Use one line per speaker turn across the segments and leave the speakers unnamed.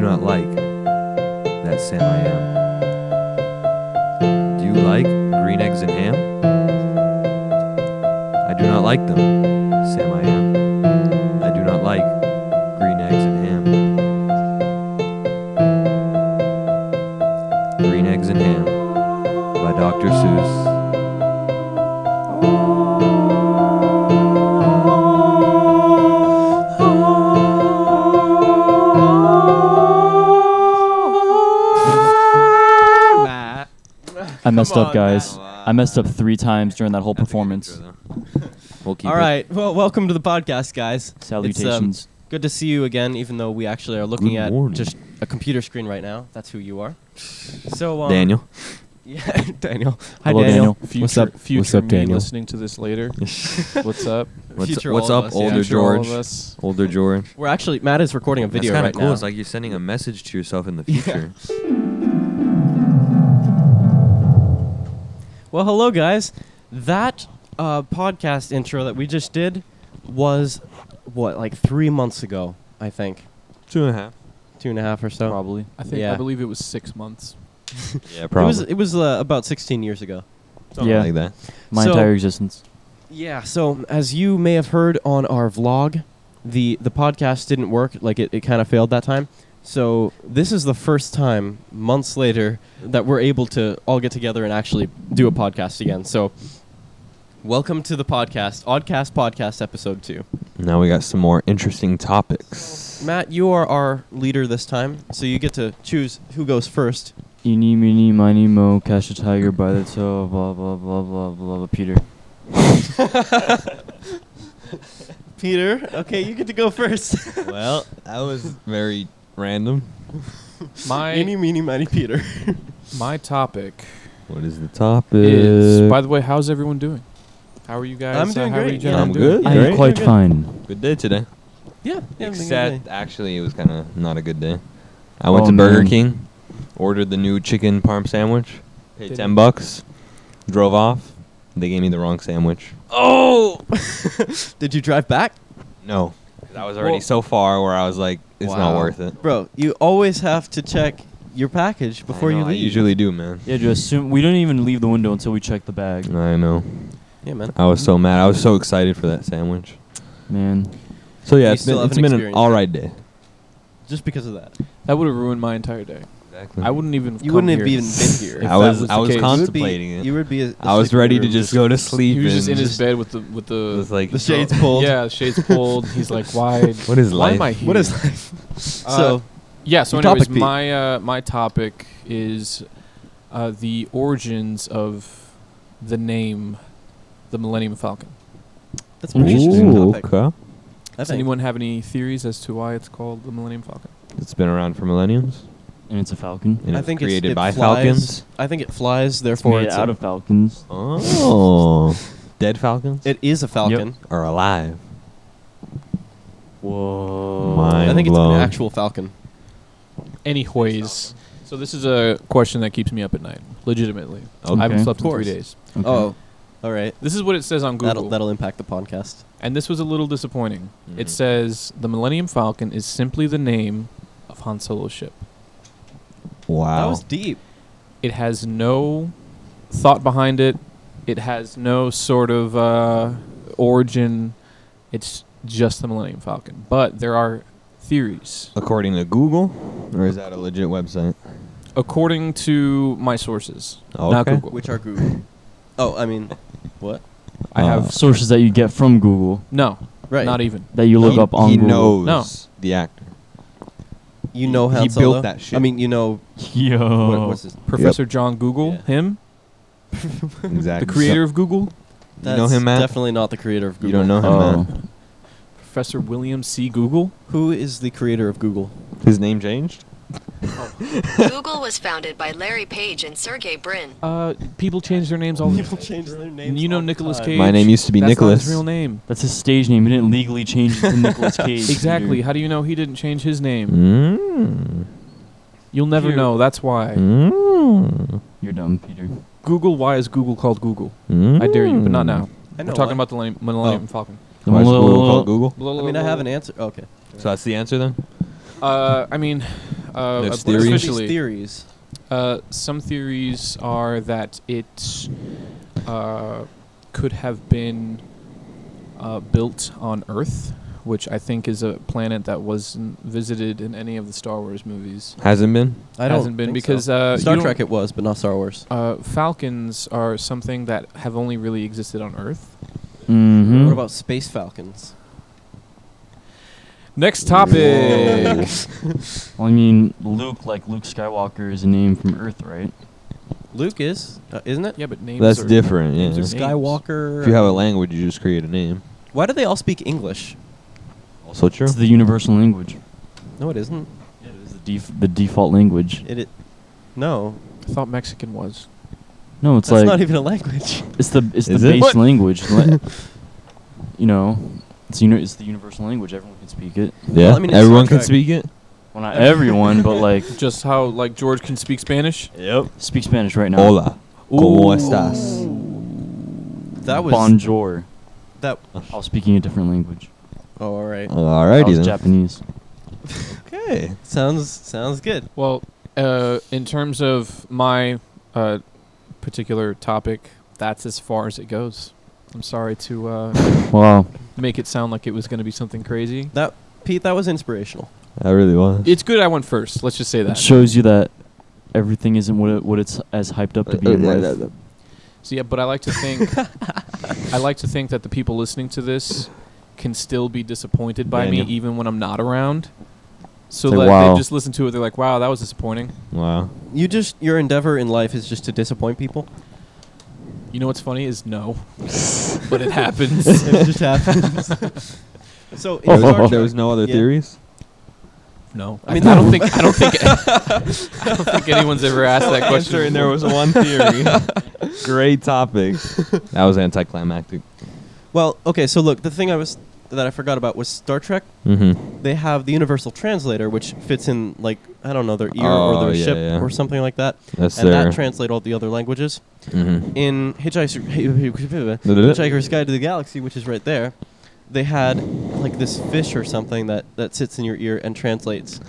not like that Sam I am? Do you like green eggs and ham? I do not like them, Sam I am. I do not like green eggs and ham. Green Eggs and Ham by Dr. Seuss.
I messed
Come
up,
on,
guys.
Matt.
I messed up three times during that whole performance.
We'll keep
All
it.
right. Well, welcome to the podcast, guys. It's, um,
Salutations.
good to see you again, even though we actually are looking
Good
at
morning.
just a computer screen right now. That's who you are. So, um,
Daniel.
Yeah, Daniel. Hi, Daniel.
Hello, Daniel.
Future,
What's up?
Future
What's up,
me
Daniel?
listening to this later. What's up?
What's,
Future
what's
all of
up,
us, yeah.
older
Future all of
George?
us.
Older George.
We're actually Matt is recording a video
That's
right
cool.
now.
It's like you're sending a message to yourself in the
Yeah.
future.
well, hello, guys. That uh, podcast intro that we just did was what, like three months ago, I think,
Two and a half.
two and a half or so.
Probably.
I think
Yeah.
I believe it was six months.
Yeah,
It
probably.
was it was uh, about 16 years ago.
Something
Yeah.
like that.
My
So-
entire existence.
Yeah, so as you may have heard on our vlog, the the podcast didn't work, like it, it kind of failed that time. So this is the first time months later that we're able to all get together and actually do a podcast again. So welcome to the podcast, Oddcast Podcast episode 2.
Now we got some more interesting topics.
Matt, you are our leader this time, so you get to choose who goes first.
Eeny, meeny, miny, mo, catch a tiger by the toe, blah, blah, blah, blah, blah, blah, Peter.
Peter, okay, you get to go first.
well, that was very random.
Eeny,
My
meeny, miny, Peter.
my topic
What is the topic?
Uh,
is. By the way, how's everyone doing? How are you guys?
I'm
uh,
doing
how are
great,
you
yeah,
gentlemen
I'm
doing?
good.
I
Great.
am quite
You're good.
fine.
good day today.
yeah. yeah,
Except actually, it was kind of not a good day. I went
Oh,
to Burger
man.
King, ordered the new chicken parm sandwich, paid
Did
ten
it-
bucks, drove off. They gave me the wrong sandwich.
Oh! Did you drive back?
No, 'Cause I was already
Well-
so far where I was like, it's not
Wow.
worth it.
Bro, you always have to check your package before
I know,
you
I
leave.
usually do, man.
Yeah, just assume. We don't even leave the window until we check the bag.
I know.
Yeah, man.
I was so mad. I was so excited for that sandwich.
Man.
So yeah,
You
it's been,
still
it's
haven't
been an
experienced
all right day.
Just because of that.
That would have ruined my entire day.
Exactly.
I wouldn't even. have
You
come
wouldn't
here.
have even been here.
If
I
that
was,
was
I
the
was
You would
case.
be-
contemplating it.
You would be. a-
I was
asleep in
ready
your
to
room.
just go to sleep.
He was just
and
in his bed with the with
It
the
was like
The shades pulled.
Yeah, the shades pulled. He's like, why?
What is
why
life?
am I here?
What is life?
Uh,
so,
Yeah. So,
Your topic,
anyways,
Pete.
my uh, my topic is uh, the origins of the name, the Millennium Falcon.
that's an interesting
Ooh,
topic.
okay.
I
Does
think.
anyone have any theories as to why it's called the Millennium Falcon?
It's been around for millenniums.
And it's a falcon.
And
I
it's
think it's-
created
it
by
flies.
falcons.
I think it flies,
It's
therefore
made
it's,
out
a,
of falcons.
Oh, dead falcons
It is a falcon.
are alive.
Whoa.
Mine.
I think it's
blown.
an actual falcon.
Anyways, so this is a question that keeps me up at night, legitimately. I haven't
Okay.
slept in three
Of course.
days.
Okay.
Oh, all right.
This is what it says on Google,
That'll that'll impact the podcast.
and this was a little disappointing.
Mhm.
Mm.
It says the Millennium Falcon is simply the name of Han Solo's ship.
Wow.
That was deep.
it has no thought behind it. It has no sort of uh, origin. It's just the Millennium Falcon. But there are theories.
According to Google, or is that a legit website?
According to my sources,
Oh,
not
okay.
Google.
Which are Google. Oh, I mean, what?
I have
Uh, Sources that you get from Google
no,
Right.
not even.
that you look
he,
up on
He
Google.
knows
No.
the actor.
you know how
he built that shit. Oh.
I mean, you know
Yo.
what, what's his
Professor John Google,
Yeah.
him,
exactly.
the creator of Google,
You know him, Matt?
Definitely not the creator of Google.
You don't know him,
Oh.
Matt.
Professor William C. Google.
Who is the creator of Google?
His name changed.
Google was founded by Larry Page and Sergey Brin.
Uh, people change their
Hmm.
names all the
People
time.
change their names.
You know
all the
Nicolas
time.
Cage.
My name used to be
That's not his
Nicholas.
real name.
That's his stage name. He didn't legally change it to Nicolas Cage.
Exactly.
Peter.
How do you know he didn't change his name?
Mm.
You'll never
Cute.
know. That's why.
Mm.
You're dumb, Peter.
Google, why is Google called Google?
Mm.
I dare you, but not now.
I know
We're talking
why.
about the Millennium, Millennium
Oh.
Falcon.
The
Why is
little-
Google called Google?
I mean, I have an answer. Okay.
So that's the answer then.
Uh, I mean, uh,
There's
ab-
theories?
officially.
theories.
Uh, some theories are that it uh, could have been uh, built on Earth, which I think is a planet that wasn't visited in any of the Star Wars movies.
Hasn't been.
I don't
Hasn't been
think
because
so.
uh,
Star
you don't-
Trek it was, but not Star Wars.
Uh, falcons are something that have only really existed on Earth.
Hmm?
Mm-hmm.
What about space falcons?
Next topic.
Well, I mean, Luke, like Luke Skywalker, is a name from Earth, right?
Luke is, uh, isn't it?
yeah, but names.
That's
are-
different.
names
Yeah.
are-
Skywalker. uh,
If you have a language, you just create a name.
Why do they all speak English?
Also true.
It's the universal language.
No, it isn't.
It is the, def- the default language.
It. it no,
I thought Mexican was.
No, it's
that's
like
not even a language.
it's the it's the
Is it?
base
What?
language. La- you know, it's uni- it's the universal language. Everyone can speak it.
yeah.
Well, I mean, it's
Everyone can
Star Trek.
speak it.
Well, not everyone, but like
Just how like George can speak Spanish.
Yep.
speak Spanish right now.
Hola. ¿Cómo estás?
That was
Bonjour.
that.
I was speaking a different language.
Oh, all right.
I
Alrighty
was
then.
Japanese.
Okay.
Sounds sounds good.
Well, uh, in terms of my uh, particular topic, that's as far as it goes. I'm sorry to uh,
Wow.
make it sound like it was going to be something crazy.
That Pete, that was inspirational.
That really was.
It's good I went first. Let's just say
It
that.
shows you that everything isn't what it, what it's as hyped up to
Uh,
be. in life.
So yeah, but I like to think I like to think that the people listening to this can still be disappointed by
Daniel.
me even when I'm not around. So
It's like,
that
wow.
they just listen to it, they're like, "Wow, that was disappointing."
wow.
You just your endeavor in life is just to disappoint people.
You know what's funny is no, but it happens.
it just happens. so in
There
Star
was,
Trek-
no other
Yeah.
theories.
No,
I
I
mean,
mean, I don't think I don't think I don't think anyone's ever asked that question.
and there was one theory. Great topic. That was anticlimactic.
Well, okay. So look, the thing I was that I forgot about was Star Trek.
Mm-hmm.
They have the universal translator, which fits in like I don't know their ear or
Oh,
their
yeah,
ship
yeah.
or something like that,
That's
and
their.
that translate all the other languages.
Mhm.
In Hitchhiker, Hitchhiker's Guide to the Galaxy, which is right there, they had like this fish or something that that sits in your ear and translates.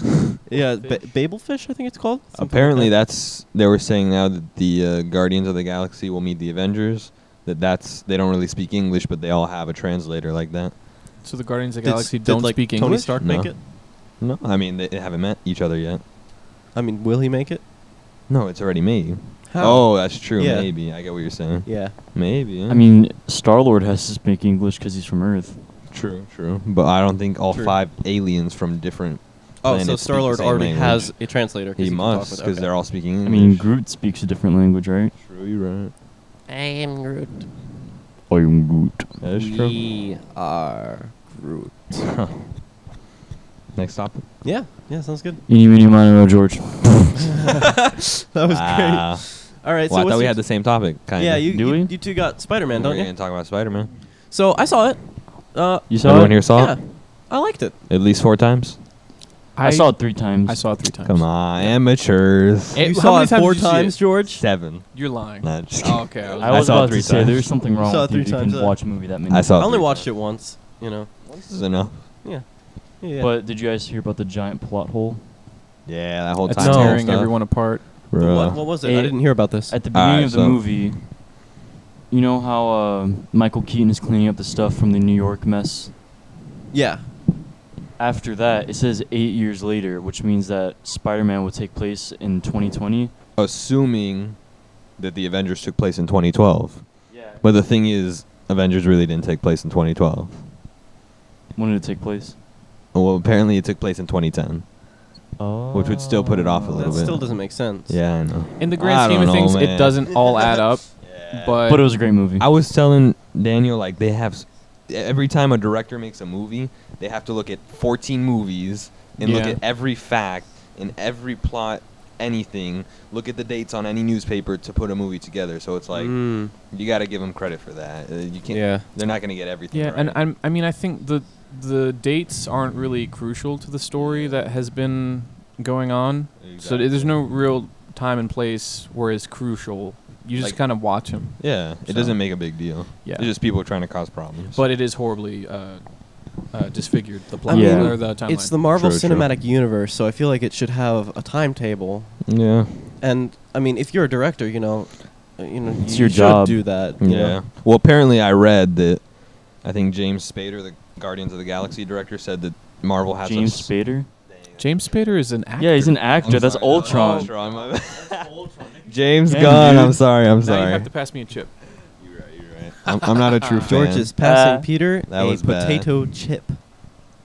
yeah, ba- Babel fish, I think it's called. Something like
Apparently,
that.
that's they were saying now that the uh, Guardians of the Galaxy will meet the Avengers. That that's they don't really speak English, but they all have a translator like that.
So the Guardians of the
Did-
Galaxy
did,
don't
like,
speak
Tony
English.
Stark
No.
make it?
No, I mean they haven't met each other yet.
I mean, will he make it?
No, it's already made.
How?
Oh, that's true.
Yeah.
Maybe I get what you're saying.
Yeah.
Maybe. yeah.
I mean, Star Lord has to speak English because he's from Earth.
true, true. But I don't think all
True.
five aliens from different.
Oh,
planets
so
speak
Star Lord
the same
already
language.
has a translator. 'cause
He
can talk
must,
with-
because
okay.
they're all speaking
I
English.
mean, Groot speaks a different language, right?
True, you're right.
I am Groot.
I am Groot.
That is true.
We are Groot.
Next topic.
Yeah. Yeah. Sounds good.
Eeny, meeny, miny, moe, George.
That was
Wow.
great. All right.
Well,
so
I thought
what's
we
your-
had the same topic. Kinda.
Yeah. You,
Do
you
we?
you two got Spider Man, don't
We're
you?
gonna talk about Spider-Man.
So I saw it. Uh,
You saw
Everyone
it?
here saw
yeah,
it
I liked it.
at least four times.
I, saw it three times.
I saw it three times.
Come on, amateurs.
Eh,
you
how
saw
many
it
times
four
did you see
times,
it?
George.
Seven.
You're lying.
Nah, just
Oh,
kidding.
okay.
I
I
was
saw it
about
three
to say
times.
there's something wrong
Saw it
with you
three
if you
times,
can
uh,
watch a movie that many.
I saw
I
it
only
three
watched
times.
it once. You know.
This is enough.
Yeah. Yeah.
But did you guys hear about the giant plot hole?
Yeah, that whole
It's
time.
tearing everyone apart.
The
Bro.
what, what was it? I
It-
didn't hear about this.
At the beginning
Alright,
of the
so-
movie, you know how uh, Michael Keaton is cleaning up the stuff from the New York mess?
yeah.
After that, it says eight years later, which means that Spider Man will take place in 2020.
Assuming that the Avengers took place in 2012,
Yeah.
but the thing is, Avengers really didn't take place in 2012.
When did it take place?
Well, apparently it took place in 2010.
Oh.
Which would still put it off a
That
little bit.
still doesn't make sense.
Yeah, I know.
In the
I
grand scheme
don't know,
of things,
man.
it doesn't all add up. But,
But it was a great movie.
I was telling Daniel like they have s- every time a director makes a movie, they have to look at 14 movies and look
Yeah.
at every fact and every plot, anything. Look at the dates on any newspaper to put a movie together. So it's like
Mm,
you got to give them credit for that. Uh, you can't.
yeah.
They're not gonna get everything.
yeah,
right.
and I'm, I mean, I think the the dates aren't really crucial to the story that has been going on. So
Exactly.
th- there's no real time and place where it's crucial. You just
Like-
kind of watch them.
Yeah, it
So-
doesn't make a big deal.
Yeah.
It's just people trying to cause problems.
But it is horribly uh, uh, disfigured the
I
plot
mean,
or the timeline.
It's the Marvel
True, true.
Cinematic Universe, so I feel like it should have a timetable.
Yeah.
And I mean, if you're a director, you know, uh, you know,
It's
you
your
should
job.
Do that.
Yeah.
you know?
Well, apparently I read that I think James Spader, the Guardians of the Galaxy director, said that Marvel has a
James
s-
Spader.
James Spader is an actor.
Yeah, he's an actor.
I'm
That's
sorry,
Ultron.
was Ultron. my bad. James
Damn,
Gunn.
dude.
I'm sorry. I'm
now you
sorry.
have to pass me a chip.
You're right, you're right. I'm, I'm not a true fan.
George is passing
Uh,
Peter
that
a
was bad.
potato chip.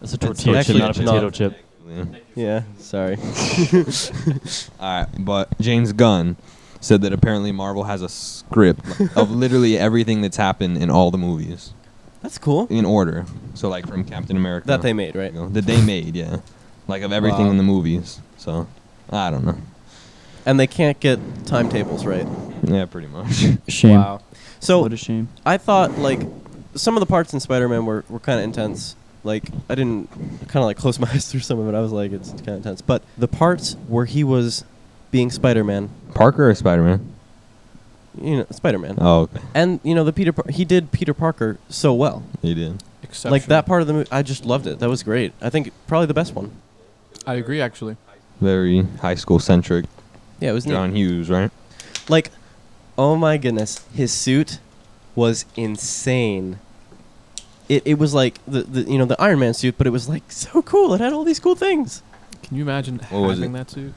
That's a
That's
tortilla chip,
actually
not a
not-
potato chip.
Yeah.
Yeah, sorry.
All right, but James Gunn said that apparently Marvel has a script of literally everything that's happened in all the movies
That's cool.
in order. So like from Captain America
That they made, right?
you know, that they made, yeah, like of everything
Wow.
in the movies. So I don't know.
And they can't get timetables right.
Yeah, pretty much.
Shame.
So
what a shame.
I thought like some of the parts in Spider-Man were, were kind of intense. Like I didn't kind of like close my eyes through some of it. I was like, it's kind of intense. But the parts where he was being Spider-Man,
Parker or Spider Man?
you know, Spider-Man,
Oh, okay.
and you know the Peter, Par- he did Peter Parker so well.
He did.
Like that part of the movie, I just loved it. That was great. I think probably the best one.
I agree, actually.
Very high school centric.
Yeah, it was neat.
John Hughes, right?
Like, oh my goodness, his suit was insane. It, it was like the, the you know the Iron Man suit, but it was like so cool. It had all these cool things.
Can you imagine
What was
having
it?
that suit?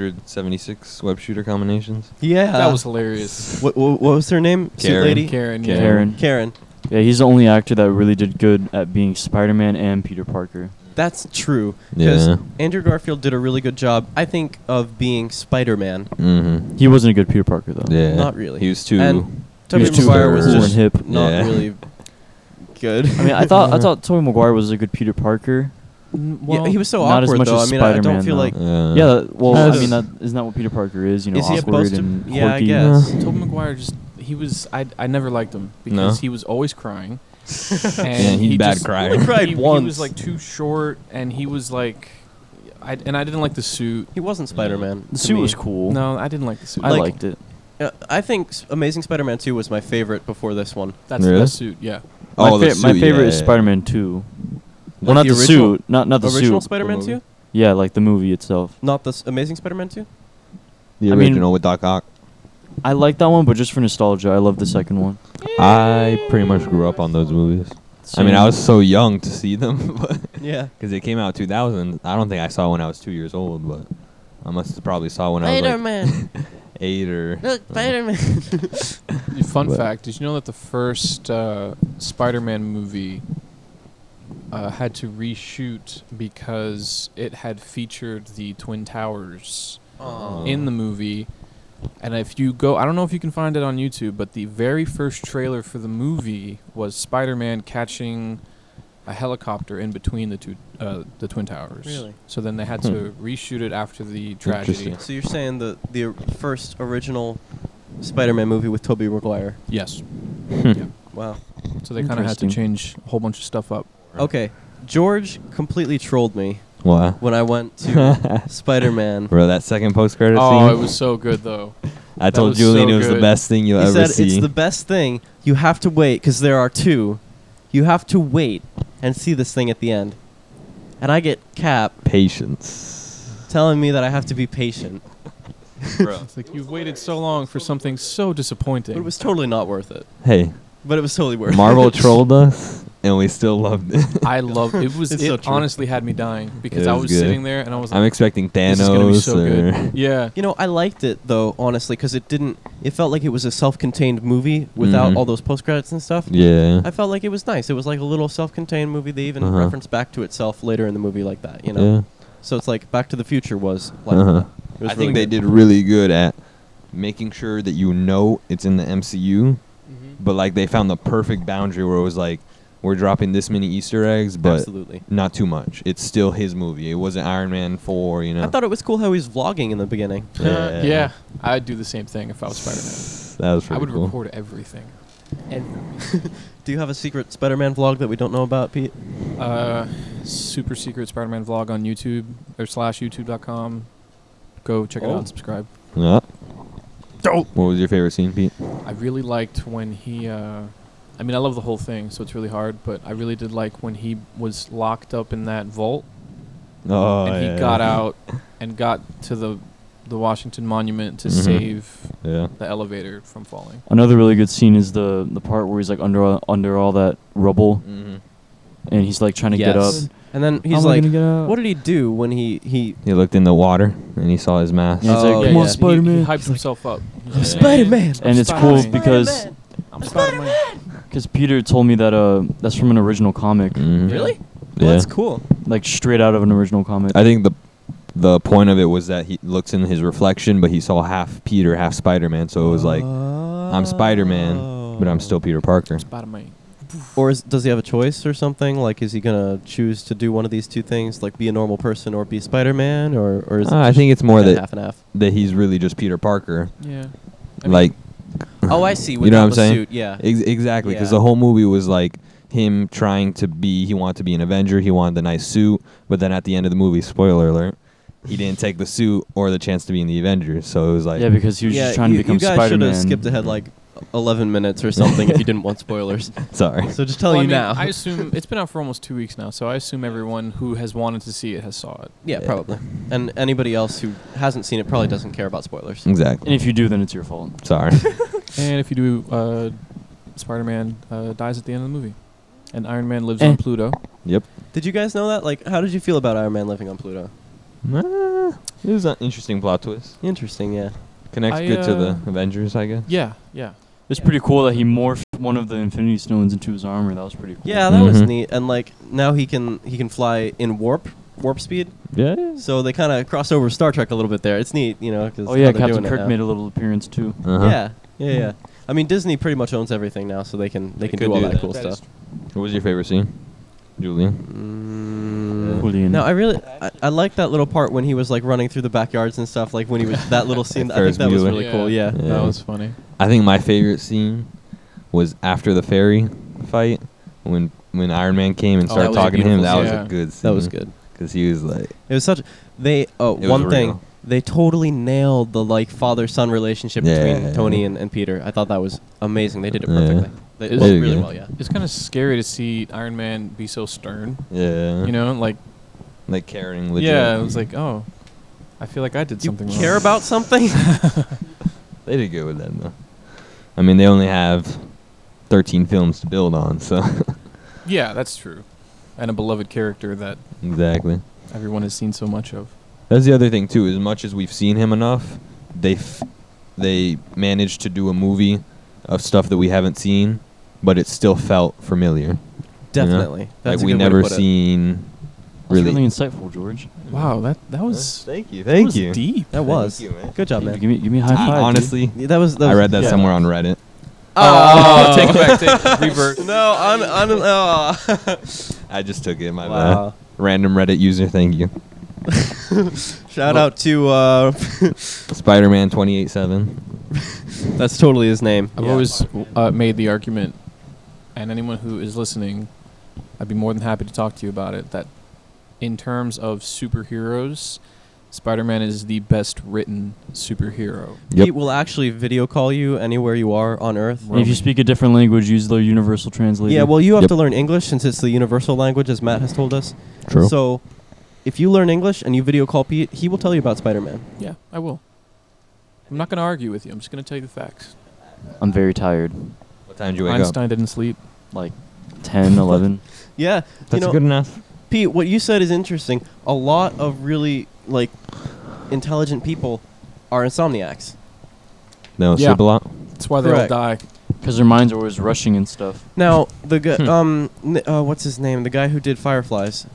576 web shooter combinations.
Yeah,
that was hilarious.
What, what, what was her name? Suit
Karen.
lady.
Karen.
Karen.
Yeah.
Karen.
Karen.
Yeah, he's the only actor that really did good at being Spider-Man and Peter Parker.
That's true. 'cause
Yeah.
Andrew Garfield did a really good job, I think, of being Spider-Man.
Mm-hmm.
He wasn't a good Peter Parker though.
Yeah.
Not really.
He was too.
And-
He
Tobey
was too
Maguire was
cool
just
and hip.
not
Yeah.
really good.
I mean, I thought I thought Tobey Maguire was a good Peter Parker.
Yeah, he was so
not as
awkward
much
though.
as
I mean, I- I don't
Spider-Man,
feel
though.
like
Uh,
yeah, that- well, I
As-
mean, that, isn't that what Peter Parker is? You know,
Is he
awkward
supposed to-
and
yeah, I
quirky.
guess.
Tobey Maguire just he was I I never liked him because
No?
he was always crying. and
Yeah, he's a bad crier. He only
cried
he, He
once.
was like too short, and he was like, I and I didn't like the suit.
he wasn't Spider-Man.
The
to
suit
me.
was cool.
No, I didn't like the suit.
I
Like-
liked it.
Uh, I think S- Amazing Spider-Man 2 was my favorite before this one.
that's
Really?
the best suit. Yeah,
My,
Oh, the
fa- my
suit,
favorite
yeah,
is
yeah, yeah.
Spider-Man Two.
Like
Well, not
the
the,
original-
suit, not not the
Original
suit.
Spider-Man
movie.
2?
Yeah, like the movie itself.
Not the s- Amazing Spider-Man 2?
The
I mean-
original with Doc Ock.
I like that one, but just for nostalgia, I love the second one.
I pretty much grew up on those movies. I mean, I was so young to see them,
Yeah.
because it came out 2000. I don't think I saw when I was two years old, but I must have probably saw when I was like
Spider-Man.
eight or.
Look, Spider-Man.
Fun
But-
fact: Did you know that the first uh, Spider-Man movie uh, had to reshoot because it had featured the Twin Towers
Uh-huh.
in the movie? And if you go, I don't know if you can find it on YouTube, but the very first trailer for the movie was Spider-Man catching a helicopter in between the two, uh, the Twin Towers.
Really?
So then they had
Hmm.
to reshoot it after the tragedy.
Interesting.
So you're saying the the or- first original Spider-Man movie with Tobey Maguire.
Yes.
Hmm.
Wow.
So they kind of had to
Interesting.
change a whole bunch of stuff up.
Okay. George completely trolled me
Wow.
when I went to Spider-Man.
Bro, that second post credit
Oh,
scene.
it was so good though.
I told
was
Julian
so
it was the
good.
best thing you'll
he
ever
said
see.
it's the best thing. You have to wait because there are two. You have to wait and see this thing at the end. And I get Cap
Patience.
telling me that I have to be patient.
Bro.
It's like you've waited so long for something so disappointing.
But it was totally not worth it.
Hey,
But it was totally worth
Marvel
it.
trolled us, and we still loved it.
I love it. Was it
It's so true.
honestly had me dying because
It
I
was
was
good.
sitting there and I was
I'm
like,
expecting Thanos
"This is gonna be so
or
good." Yeah,
You know, I liked it though, honestly, because it didn't. It felt like it was a self-contained movie without
Mhm.
all those post credits and stuff.
yeah.
I felt like it was nice. It was like a little self-contained movie. They even
Uh-huh.
reference back to itself later in the movie, like that. You know. So it's like Back to the Future was like.
yeah. Uh-huh.
that. It was
I
really
think they
good.
did really good at making sure that you know it's in the MCU, but like they found the perfect boundary where it was like we're dropping this many Easter eggs, but
Absolutely.
not too much. It's still his movie. It wasn't Iron Man four, you know.
I thought it was cool how he was vlogging in the beginning.
Yeah.
Uh, yeah. I'd do the same thing if I was Spider-Man.
that was pretty
I would
cool.
record everything.
Do you have a secret Spider-Man vlog that we don't know about, Pete?
Uh, super secret Spider-Man vlog on YouTube or slash YouTube.com. Go check it out.
Oh.
and Subscribe.
Yeah. What was your favorite scene, Pete?
I really liked when he uh, I mean, I love the whole thing, so it's really hard. But I really did like when he was locked up in that vault
Oh,
and he
yeah.
got out and got to the the Washington Monument to
Mm-hmm.
Mhm.
save
Yeah.
the elevator from falling.
Another really good scene is the the part where he's like under under all that rubble
Mm-hmm.
and he's like trying to get up.
Yes. And then
How
he's
am I
like,
gonna get out?
what did he do when he he
He looked in the water and he saw his mask.
And he's like,
Oh,
come
yeah.
on,
He-
Spider
He, he
Man.
hyped himself up.
I'm
Spider-Man.
And it's cool because
I'm Spider-Man.
because Peter told me that uh that's from an original comic,
Mhm.
really?
Yeah.
Well, that's cool.
like straight out of an original comic.
I think the the point of it was that he looks in his reflection, but he saw half Peter, half Spider Man. So it was like,
Oh.
I'm Spider Man, but I'm still Peter Parker.
Spider-Man.
Oh. Or is, does he have a choice or something? Like, is he gonna choose to do one of these two things, like be a normal person or be Spider-Man, or or is it
Uh, I
just
think it's more
kinda
that-
half and half?
That he's really just Peter Parker.
Yeah.
like,
Oh, I see.
You know what I'm
the
saying?
Suit. Yeah.
ex- exactly. Because
Yeah.
the whole movie was like him trying to be, he wanted to be an Avenger, he wanted the nice suit, but then at the end of the movie, spoiler alert, he didn't take the suit or the chance to be in the Avengers. So it was like,
yeah, because he was just trying
you,
to become
you guys
Spider Man.
should have skipped ahead like 11 minutes or something if you didn't want spoilers.
sorry.
So just telling
Well, I
you
mean,
now.
I assume it's been out for almost two weeks now, so I assume everyone who has wanted to see it has saw it.
yeah,
Yeah.
probably. And anybody else who hasn't seen it probably doesn't care about spoilers.
Exactly.
And if you do, then it's your fault.
Sorry.
And if you do, uh, Spider-Man uh, dies at the end of the movie, and Iron Man lives
Eh.
on Pluto.
yep.
Did you guys know that? Like, how did you feel about Iron Man living on Pluto?
Ah, it was an interesting plot twist.
Interesting, yeah.
Connects
I,
good to the
uh,
Avengers, I guess.
Yeah, yeah.
It's pretty cool that he morphed one of the Infinity Stones into his armor. That was pretty cool.
Yeah, that was
Mhm.
neat. And like now he can he can fly in warp warp speed.
Yeah.
So they kind of cross over Star Trek a little bit there. It's neat, you know. 'cause
Oh yeah,
how they're
Captain
doing it
Kirk
now.
made a little appearance too.
Uh-huh.
Yeah, yeah, yeah. I mean, Disney pretty much owns everything now, so they can they,
They
can
could
do all
do
that,
that.
cool
That is
stuff.
What was your favorite scene, Julian?
Mm,
Julian.
No, I really I, I like that little part when he was like running through the backyards and stuff. Like when he was that little scene. I think
Ferris
that was
Bueller.
really cool. Yeah.
Yeah.
that was funny.
I think my favorite scene was after the ferry fight when when Iron Man came and
Oh,
started
that was a
talking to him. That
beautiful
was
scene.
a
Yeah.
good scene.
that was good.
Because he was like,
It was such they oh
It was
one thing
real.
they totally nailed the like father son relationship
Yeah.
between Tony and, and Peter. I thought that was amazing. They did it
Yeah.
perfectly. They,
It's
well,
really
really
good.
well, yeah.
It's kind of scary to see Iron Man be so stern.
yeah,
You know, like
like caring. Legit.
yeah, it was like, oh, I feel like I did
You
something.
care
wrong.
about something?
they did good with that though. I mean, they only have thirteen films to build on, so
Yeah, that's true. And a beloved character that
exactly.
everyone has seen so much of.
That's the other thing too. As much as we've seen him enough, they f- they managed to do a movie of stuff that we haven't seen, but it still felt familiar.
Definitely.
like
That's a
we
good way to
never
put it.
seen
That's
really.
really insightful, George.
Wow, that that
Uh,
was
thank you,
that
thank
was
you.
deep.
That was
you, man.
good job,
Hey,
man.
give me, give me a high
I-
five. dude.
honestly,
Yeah, that was, that
I
was
read that
yeah.
somewhere on Reddit.
Oh,
take back, take revert.
no, on on oh.
I just took it. My
wow.
bad. Random Reddit user. Thank you.
Shout out to uh,
Spider-Man twenty eight seven.
that's totally his name.
I've
Yeah.
always uh, made the argument, and anyone who is listening, I'd be more than happy to talk to you about it. That, in terms of superheroes, Spider-Man is the best written superhero.
Yep.
He will actually video call you anywhere you are on Earth.
And if you speak a different language, use the universal translator.
Yeah, well, you have
Yep.
to learn English since it's the universal language, as Matt has told us.
True.
So, if you learn English and you video call Pete, he will tell you about Spider Man.
Yeah, I will. I'm not going to argue with you. I'm just going to tell you the facts.
I'm very tired.
what time did you wake up?
Einstein didn't sleep.
Like 10, 11.
Yeah,
That's
you know,
good enough.
Pete, what you said is interesting. A lot of really like intelligent people are insomniacs.
No,
Yeah.
sleep a lot.
That's why they
Correct.
all die.
Because their minds are always rushing and stuff.
Now, the guy,
Hmm.
um, n- uh, what's his name? The guy who did Fireflies.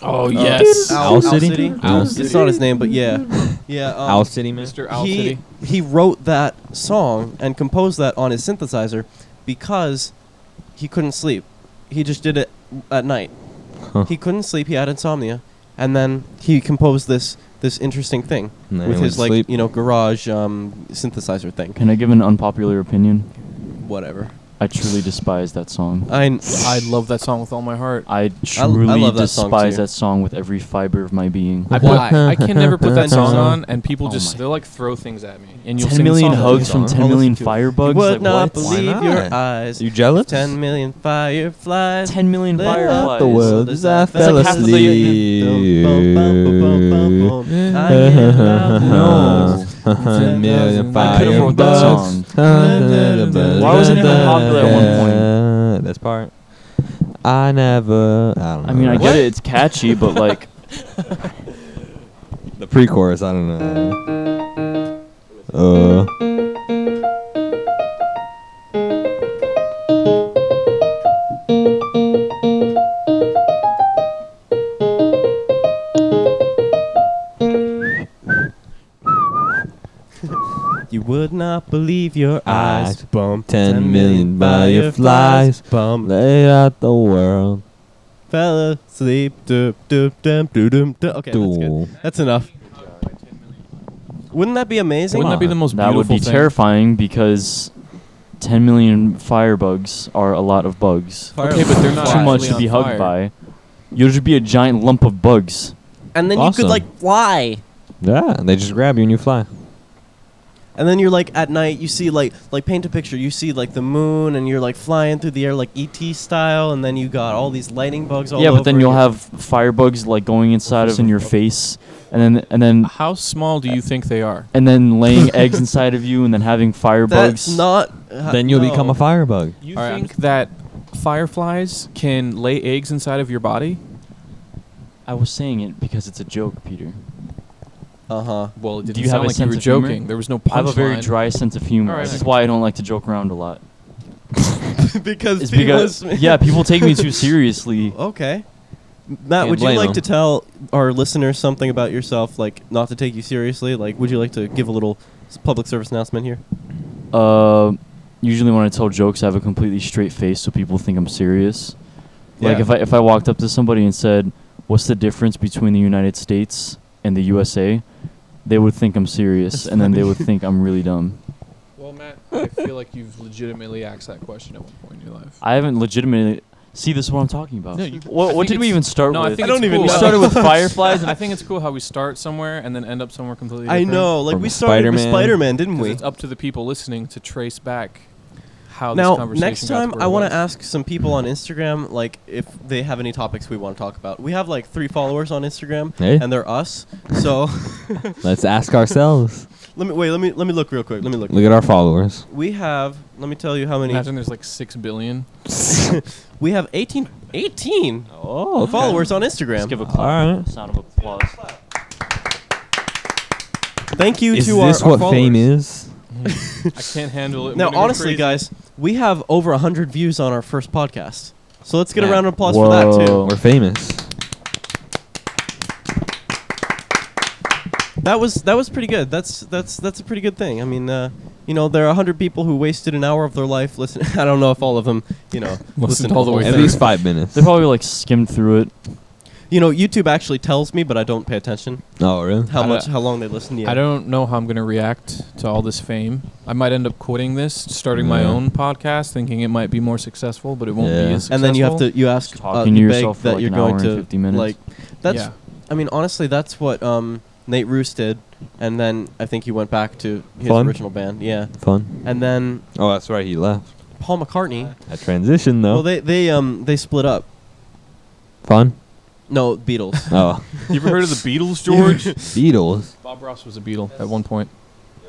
Oh
Uh,
yes,
Owl City? Owl
It's
City.
not his name, but yeah, yeah. Um,
Owl City, man.
Mr. Owl
he,
City.
He wrote that song and composed that on his synthesizer because he couldn't sleep. He just did it at night.
Huh.
He couldn't sleep. He had insomnia, and then he composed this this interesting thing
And then
with
he
his
went
like
to sleep.
you know garage um, synthesizer thing.
Can I give an unpopular opinion?
Whatever.
I truly despise that song.
I kn-
I love that song with all my heart.
I truly
love that song,
despise
too.
that song with every fiber of my being.
I, put,
Why?
I can never put that song on, and people
Oh
just
my.
they'll like throw things at me. And you'll
Ten
sing the
million
song.
hugs from
I'll
ten
listen
million
to it.
firebugs.
would
like,
not
what?
believe
not?
your eyes.
You jealous?
Ten million fireflies.
Ten million
lit up
fireflies.
The world as I
That's like
fell
half of the-
Bum, bum, bum, bum, bum,
asleep.
bum. I get loud
No.
noise.
Ten million
I could have wrote that
firebugs.
song.
Why
Why wasn't it even popular at one
point? That's part. I never. I don't know.
I mean, I get it. It's catchy, but like,
The pre-chorus. I don't know. Uh.
You would not believe your eyes.
Eyes.
Bum.
Ten million fireflies.
Bum.
Lay out the world.
Fell asleep. Doop, doop, doop, doop, doop, doop. Okay, that's good.
Duel.
That's enough. Wouldn't that be amazing?
Wouldn't that be the most
that
beautiful
would be
thing?
terrifying because ten million firebugs are a lot of bugs.
Okay, but they're not
Too much
actually
to be
on
hugged
fire.
by. You'll just be a giant lump of bugs.
And then you
Awesome.
could like fly.
Yeah, they just grab you and you fly.
And then you're like at night, you see like like paint a picture. You see like the moon, and you're like flying through the air like ET style. And then you got all these lightning bugs all
yeah,
over.
but then you'll
you.
have firebugs like going inside of in your face, and then and then
How small do you think they are?
and then laying eggs inside of you, and then having firebugs.
That's not. uh,
then you'll become
no.
a firebug.
You
All right, I'm
think that fireflies can lay eggs inside of your body?
I was saying it because it's a joke, Peter.
Uh huh.
Well, it
Do
didn't
you have
sound
a
like you were
sense of humor?
joking. There was no
I have a very
punchline.
dry sense of humor.
Alright.
This is why I don't like to joke around a lot.
because
It's
people
because
is-
yeah, people take me too seriously.
okay. Matt,
Can't
would you
blame
like
them.
to tell our listeners something about yourself, like not to take you seriously? Like, would you like to give a little s- public service announcement here?
Uh, usually when I tell jokes, I have a completely straight face, so people think I'm serious. Like
Yeah.
if I if I walked up to somebody and said, "What's the difference between the United States and the USA?" They would think I'm serious, and then they would think I'm really dumb.
Well, Matt, I feel like you've legitimately asked that question at one point in your life.
I haven't legitimately see this is what I'm talking about.
No, you- I
what what
think
did we
it's-
even start
no, I
with?
think I don't it's even
We
cool.
started with fireflies.
I
And
think it's cool how we start somewhere and then end up somewhere completely
I
different.
know. Like
From
we started with
Spider-Man.
Spider-Man, didn't
'Cause
we?
It's up to the people listening to trace back how
now
this conversation
next
got to
time
where
i
it
want
was.
to ask some people on instagram like if they have any topics we want to talk about we have like three followers on instagram
Hey.
and they're us so
Let's ask ourselves.
let me wait let me let me look real quick let me look
Look at our followers.
we have let me tell you how many
Imagine there's like six billion.
we have 18 18
Oh,
followers on instagram
Let's give a
All
clap.
right.
Sound of applause.
thank you
Is
to our,
this
our
what
followers.
fame is?
I can't handle it.
now
I'm gonna go
honestly
crazy.
guys we have over 100 views on our first podcast so let's get a
Yeah.
round of applause for that
Whoa.
too
We're famous.
That was that was pretty good. That's that's that's a pretty good thing. I mean, uh, you know, there are hundred people who wasted an hour of their life listening. I don't know if all of them, you know, listened
all the way
At
through.
least five minutes.
They probably like skimmed through it.
You know, YouTube actually tells me, but I don't pay attention
Oh, really?
how
I
much
don't-
how long they listen. Yeah,
I don't know how I'm gonna react to all this fame. I might end up quitting this, starting my
Yeah.
own podcast, thinking it might be more successful, but it won't
Yeah.
be as successful.
And then you have to you ask
Just
uh,
talking to
you
yourself
beg
for
that
like
you're
an
going
hour and
to
50 minutes.
like that's.
Yeah.
I mean, honestly, that's what um, Nate Roos did, and then I think he went back to his
Fun.
original band. Yeah,
Fun.
and then
Oh, that's right. He left.
Paul McCartney.
A transition though.
Well, they they um they split up.
Fun.
No, Beatles.
Oh,
You ever heard of the Beatles, George?
Beatles.
Bob Ross was a Beatle at one point.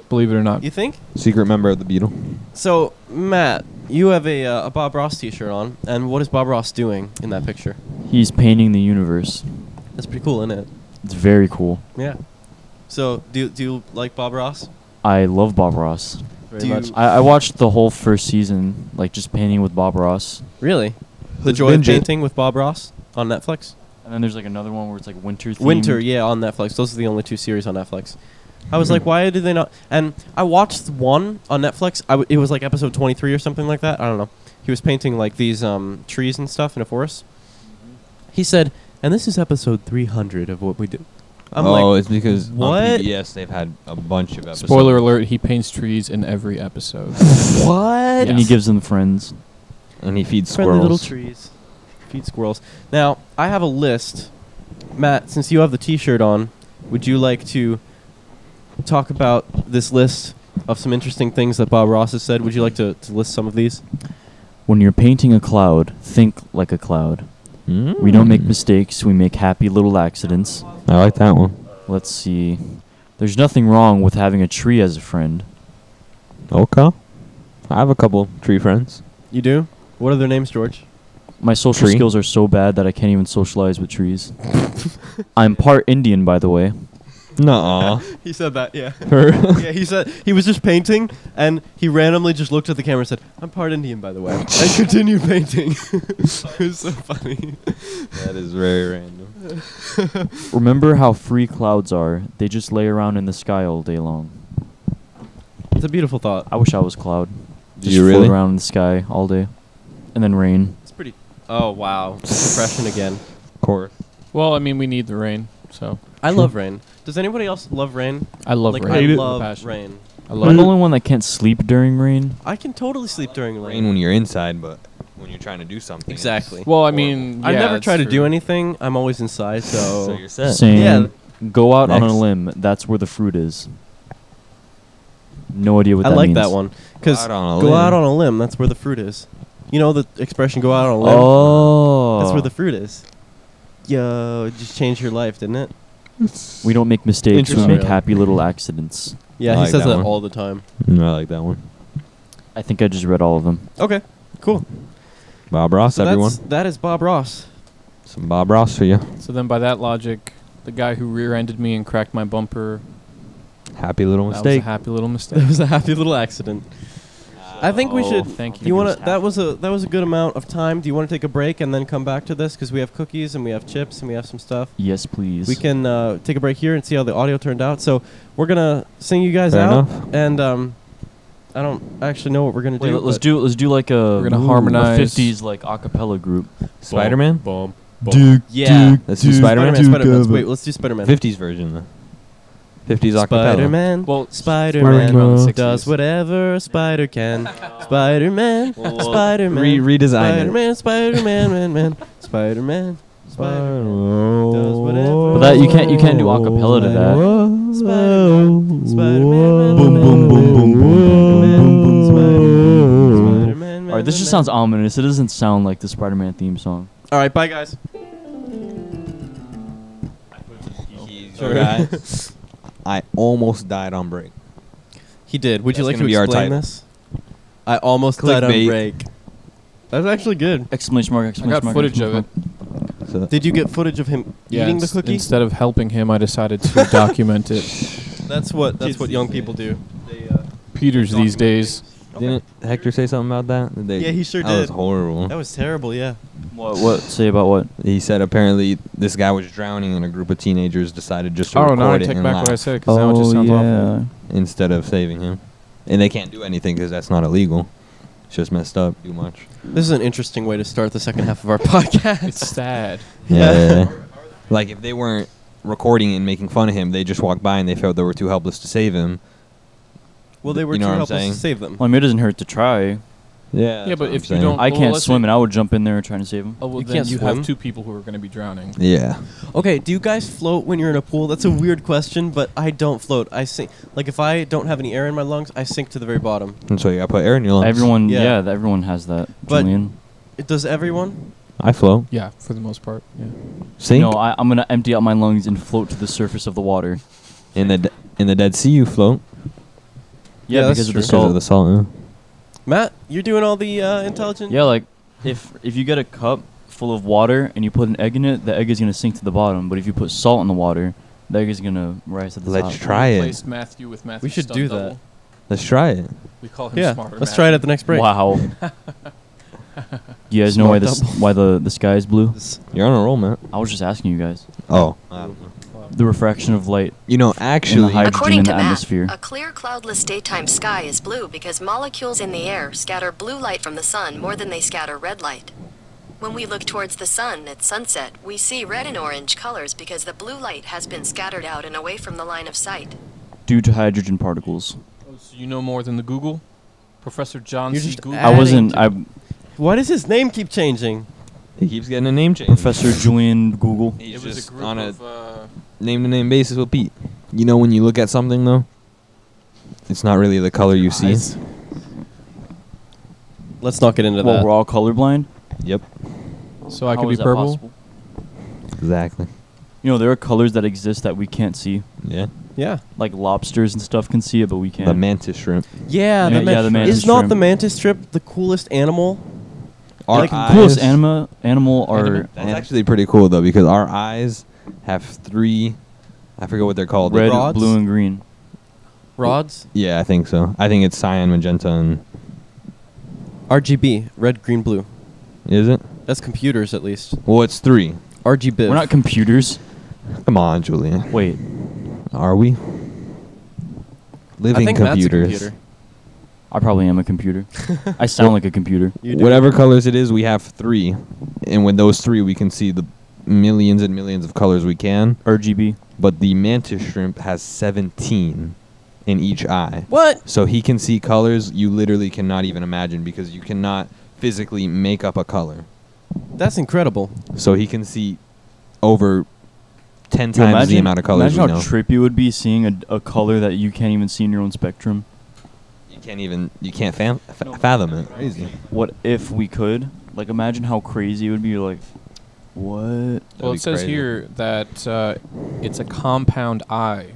Believe it or not.
you think?
Secret member of the Beatle.
So, Matt, you have a, uh, a Bob Ross T-shirt on, and what is Bob Ross doing in that picture?
He's painting the universe.
That's pretty cool, isn't it?
It's very cool.
Yeah. So, do do you like Bob Ross?
I love Bob Ross.
Very
Do
much.
you- I, I watched the whole first season, like just painting with Bob Ross.
Really? The
Let's
Joy of
binge it.
Painting with Bob Ross on Netflix.
And then there's like another one where it's like winter. Themed.
Winter, yeah, on Netflix. Those are the only two series on Netflix. I was like, why did they not? And I watched one on Netflix. I w- it was like episode 23 or something like that. I don't know. He was painting like these um, trees and stuff in a forest. He said, and this is episode 300 of what we do. I'm
oh,
like,
it's because on
what?
PBS they've had a bunch of episodes.
Spoiler alert: He paints trees in every episode.
what?
And he gives them friends.
And he feeds
Friendly
squirrels.
little trees. Feed squirrels. Now, I have a list. Matt, since you have the t shirt on, would you like to talk about this list of some interesting things that Bob Ross has said? Would you like to, to list some of these?
When you're painting a cloud, think like a cloud.
Mm.
We don't make mistakes, we make happy little accidents.
I like that one.
Let's see. There's nothing wrong with having a tree as a friend.
Okay. I have a couple tree friends.
You do? What are their names, George?
My social
Tree?
skills are so bad that I can't even socialize with trees. I'm part Indian, by the way.
Nuh-uh.
He said that, yeah.
Her-
yeah, he said he was just painting and he randomly just looked at the camera and said, I'm part Indian, by the way. And continued painting. it was so funny.
that is very random.
Remember how free clouds are? They just lay around in the sky all day long.
It's a beautiful thought.
I wish I was cloud.
Do
Just
you really?
float around in the sky all day, and then rain.
It's pretty. Oh wow, depression again.
Of course.
well, I mean, we need the rain, so
I love rain. Does anybody else love rain?
I love
like,
rain.
I
with a
love
passion.
rain.
I
I'm the
love it.
only one that can't sleep during rain.
I can totally sleep during rain.
Rain when you're inside, but when you're trying to do something. it's
Exactly.
Well, I mean,
I
yeah,
never
that's
try to
true.
do anything. I'm always inside, so.
So you're set.
Same.
Yeah.
Go out on a
Next.
limb. That's where the fruit is. No idea what
I
that
like
means.
that one because
Out on a
go
limb.
out on a limb. That's where the fruit is. You know the expression "go out on a limb."
Oh.
That's where the fruit is. Yo, it just changed your life, didn't it?
we don't make mistakes. We
Interesting.
make happy little accidents.
Yeah,
I
he
like
says
that
that,
one.
all the time.
Mm, I like that one.
I think I just read all of them.
Okay, cool.
Bob Ross,
So
everyone.
that's that is Bob Ross.
Some Bob Ross for you.
So then, by that logic, the guy who rear-ended me and cracked my bumper
Happy little
that was a
mistake.
happy little mistake.
That was a happy little accident. I think we
Oh,
should.
Thank
Do
you.
you want
just
to? That was a that was a good amount of time. Do you want to take a break and then come back to this because we have cookies and we have chips and we have some stuff.
Yes, please.
We can uh, take a break here and see how the audio turned out. So we're gonna sing you guys
Fair
out,
enough.
and um, I don't actually know what we're gonna
Wait,
do.
let's
but-
do let's do like a
We're gonna
ooh, a
harmonize.
50s like a cappella group.
Spider-Man?
Bomb.
Duke.
Yeah,
Let's do Spider-Man.
Spider-Man. Spider-Man. Wait, let's do Spider-Man.
50s version, though. 50s acapella.
Spider-Man.
Well,
Spider-Man
Spider-Man.
does whatever a spider can. Spider-Man. Spider-Man.
Re- redesign it.
Spider-Man. Spider-Man. Man. Man. Spider-Man. Spider-Man. Does
But
whatever.
But that you can't you can't do acapella to that.
Spider-Man, Spider-Man,
Boom, boom, boom, boom, boom,
Spider-Man,
boom, boom.
Spider-Man,
Alright, this just sounds ominous. It doesn't sound like the Spider-Man theme song.
All right, bye guys.
Sure. Guys, I almost died on break.
He did. Would you
That's
like to
gonna be our
explain
title.
this? I almost died on
Clickbait.
break. That's actually good.
Exclamation mark! Exclamation
got
mark!
footage
exclamation
of
mark.
So
Did you get footage of him
Yeah,
eating the
ins-
cookie?
Instead of helping him, I decided to document it.
That's what that's what young people do. uh,
Peters these days.
didn't Hector say something about that? Did they-
Yeah, he sure
that
did.
was horrible.
That was terrible. Yeah.
What what say about what?
he said apparently this guy was drowning and a group of teenagers decided just to
Oh,
record
now I
it
take
and
back what
laugh
I
Oh,
said because now it just sounds awful.
instead of saving him. And they can't do anything because that's not illegal. It's just messed up too much.
This is an interesting way to start the second half of our podcast.
It's sad.
Yeah.
Yeah.
like if they weren't recording and making fun of him, they just walked by and they felt they were too helpless to save him.
well, they were
You know
too
what I'm
helpless
saying?
to save them. Uh,
Well, I mean, it doesn't hurt to try.
Yeah.
Yeah, but if you don't,
I
well,
can't
let's
swim,
say-
and I would jump in there and try to save him.
Oh, well,
You
then
can't
you
swim?
have two people who are going to be drowning.
Yeah.
Okay, do you guys float when you're in a pool? That's a weird question, but I don't float. I sink. Like if I don't have any air in my lungs, I sink to the very bottom.
And so you gotta put air in your lungs.
Everyone,
Yeah.
yeah, th- everyone has that.
But-
Julian.
It does everyone?
I float.
Yeah, for the most part. Yeah.
Sink.
No, I, I'm gonna empty out my lungs and float to the surface of the water.
in the d- in the Dead Sea you float.
Yeah,
Yeah,
that's
because of the
true.
Because
salt.
of the salt. yeah.
Matt, you're doing all the uh, intelligent.
yeah, like if if you get a cup full of water and you put an egg in it, the egg is gonna sink to the bottom. But if you put salt in the water, the egg is gonna rise to the
Let's
top.
try it.
Replaced Matthew with Matthew.
should
Stunt
do that.
double.
Let's try it.
We call him
Yeah,
smarter.
Let's try it at the next break.
Wow. you guys know
Smart
why this
double.
why the the sky is blue?
You're on a roll, man.
I was just asking you guys.
Oh.
The refraction of light.
You know, actually,
hydrogen
According
in
to
the
Matt,
atmosphere.
a clear cloudless daytime sky is blue because molecules in the air scatter blue light from the sun more than they scatter red light. When we look towards the sun at sunset, we see red and orange colors because the blue light has been scattered out and away from the line of sight.
due to hydrogen particles.
Oh, so you know more than the Google? Professor John
You're
C.
just
Google.
I
Adding
wasn't. I
Why does his name keep changing?
He keeps getting a name change.
Professor Julian Google.
He's
It was
just
a group
on a
of. Uh,
name to name basis with Pete. You know when you look at something though, it's not really the color you see.
Eyes. Let's not get into
Well,
that.
we're all colorblind.
Yep,
so I
How
could be
is that
purple.
possible?
exactly.
You know, there are colors that exist that we can't see.
Yeah,
Yeah.
Like lobsters and stuff can see it, but we can't.
the mantis shrimp.
Yeah,
Yeah,
the, man-
yeah, the mantis
is not
shrimp.
the mantis strip the coolest animal?
Our
like
eyes-
coolest anima, animal are
That's actually pretty cool though because our eyes have three. I forget what they're called.
red,
Rods?
blue, and green.
Rods?
Yeah, I think so. I think it's cyan, magenta, and
RGB, red, green, blue.
is it?
That's computers at least.
Well, it's three.
RGB.
We're not computers.
Come on, Julian.
Wait,
Are we? Living
I think
computers.
That's a computer.
I probably am a computer. I sound like a computer.
You do.
Whatever colors it is, we have three, and with those three, we can see the millions and millions of colors we can.
RGB.
But the mantis shrimp has 17 in each eye.
What?
So he can see colors you literally cannot even imagine because you cannot physically make up a color.
That's incredible.
So he can see over 10
Dude,
times the amount of colors
imagine
we
how
know.
trippy it would be seeing a, a color that you can't even see in your own spectrum.
you can't even you can't fam- fa- fathom it. Crazy.
What if we could? Like, imagine how crazy it would be. Like, what?
be
Well, it says
crazy.
here that uh, it's a compound eye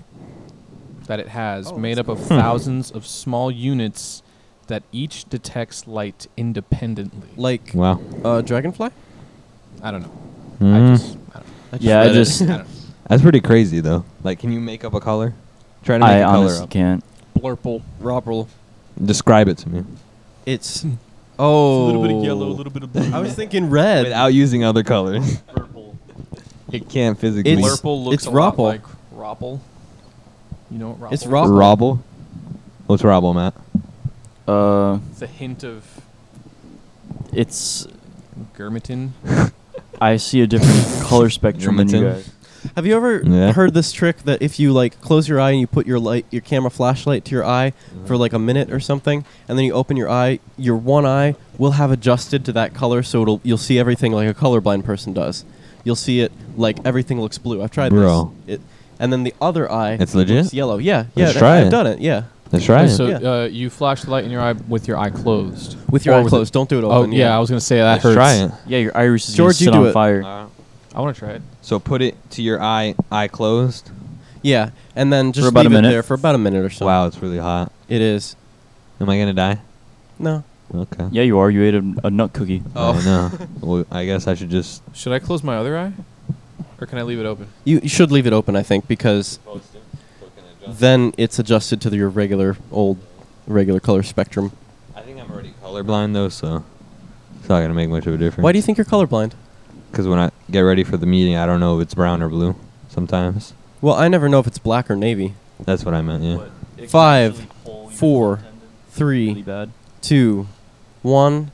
that it has,
Oh,
made
that's
up of thousands of small units that each detects light independently.
Like
Wow.
uh, dragonfly?
I don't know. I
Mm-hmm.
Mm.
just, I don't know.
I
Yeah, I
read it.
just-
I don't know.
That's pretty crazy though. Like can you make up a color? Try to make
I
a color
honestly
up.
can't.
Blurple.
Robral.
Describe it to me
It's
Hmm.
oh.
bit of
I was thinking red.
without using other colors.
purple.
You can't physically
It's-
Blurple looks
it's
a lot
Ropple.
like Ropple. You know what Ropple
It's
is?
Ropple.
Robble. What's Robble, Matt?
Uh,
It's a hint of
it's.
Germatin.
I see a different color spectrum than you
Germantown.
guys.
Have you ever
Yeah.
heard this trick that if you like close your eye and you put your light, your camera flashlight to your eye
Mm.
for like a minute or something, and then you open your eye, your one eye will have adjusted to that color, so it'll you'll see everything like a colorblind person does. You'll see it like everything looks blue. I've tried
Bro.
this. It, and then the other eye,
It's legit?
looks yellow. Yeah, yeah.
Let's
that-
try
I've
it.
done it. Yeah,
That's right.
So
Yeah.
uh, you flash the light in your eye with your eye closed.
with your
Or
eye closed. Don't do it
It.
open.
Oh yeah. I was gonna say that
Let's
hurts.
try it.
Yeah, your iris is
George, you
gonna set
do
on
it.
fire.
I want to try it.
So put it to your eye, eye closed.
yeah. And then just
about a
leave it
minute?
there for about a minute or so.
Wow, it's really hot.
it is.
Am I gonna die?
No,
Okay.
yeah, you are. You ate a, a nut cookie.
Oh no. well, I guess I should just.
Should I close my other eye, or can I leave it open?
you, you should leave it open. I think because then it's adjusted to the- your regular old regular color spectrum.
I think I'm already colorblind though, so it's not gonna make much of a difference.
Why do you think you're colorblind?
Because when I get ready for the meeting, I don't know if it's brown or blue. Sometimes.
Well, I never know if it's black or navy.
That's what I meant. Yeah.
Five, four,
Really
Three,
bad.
two, one.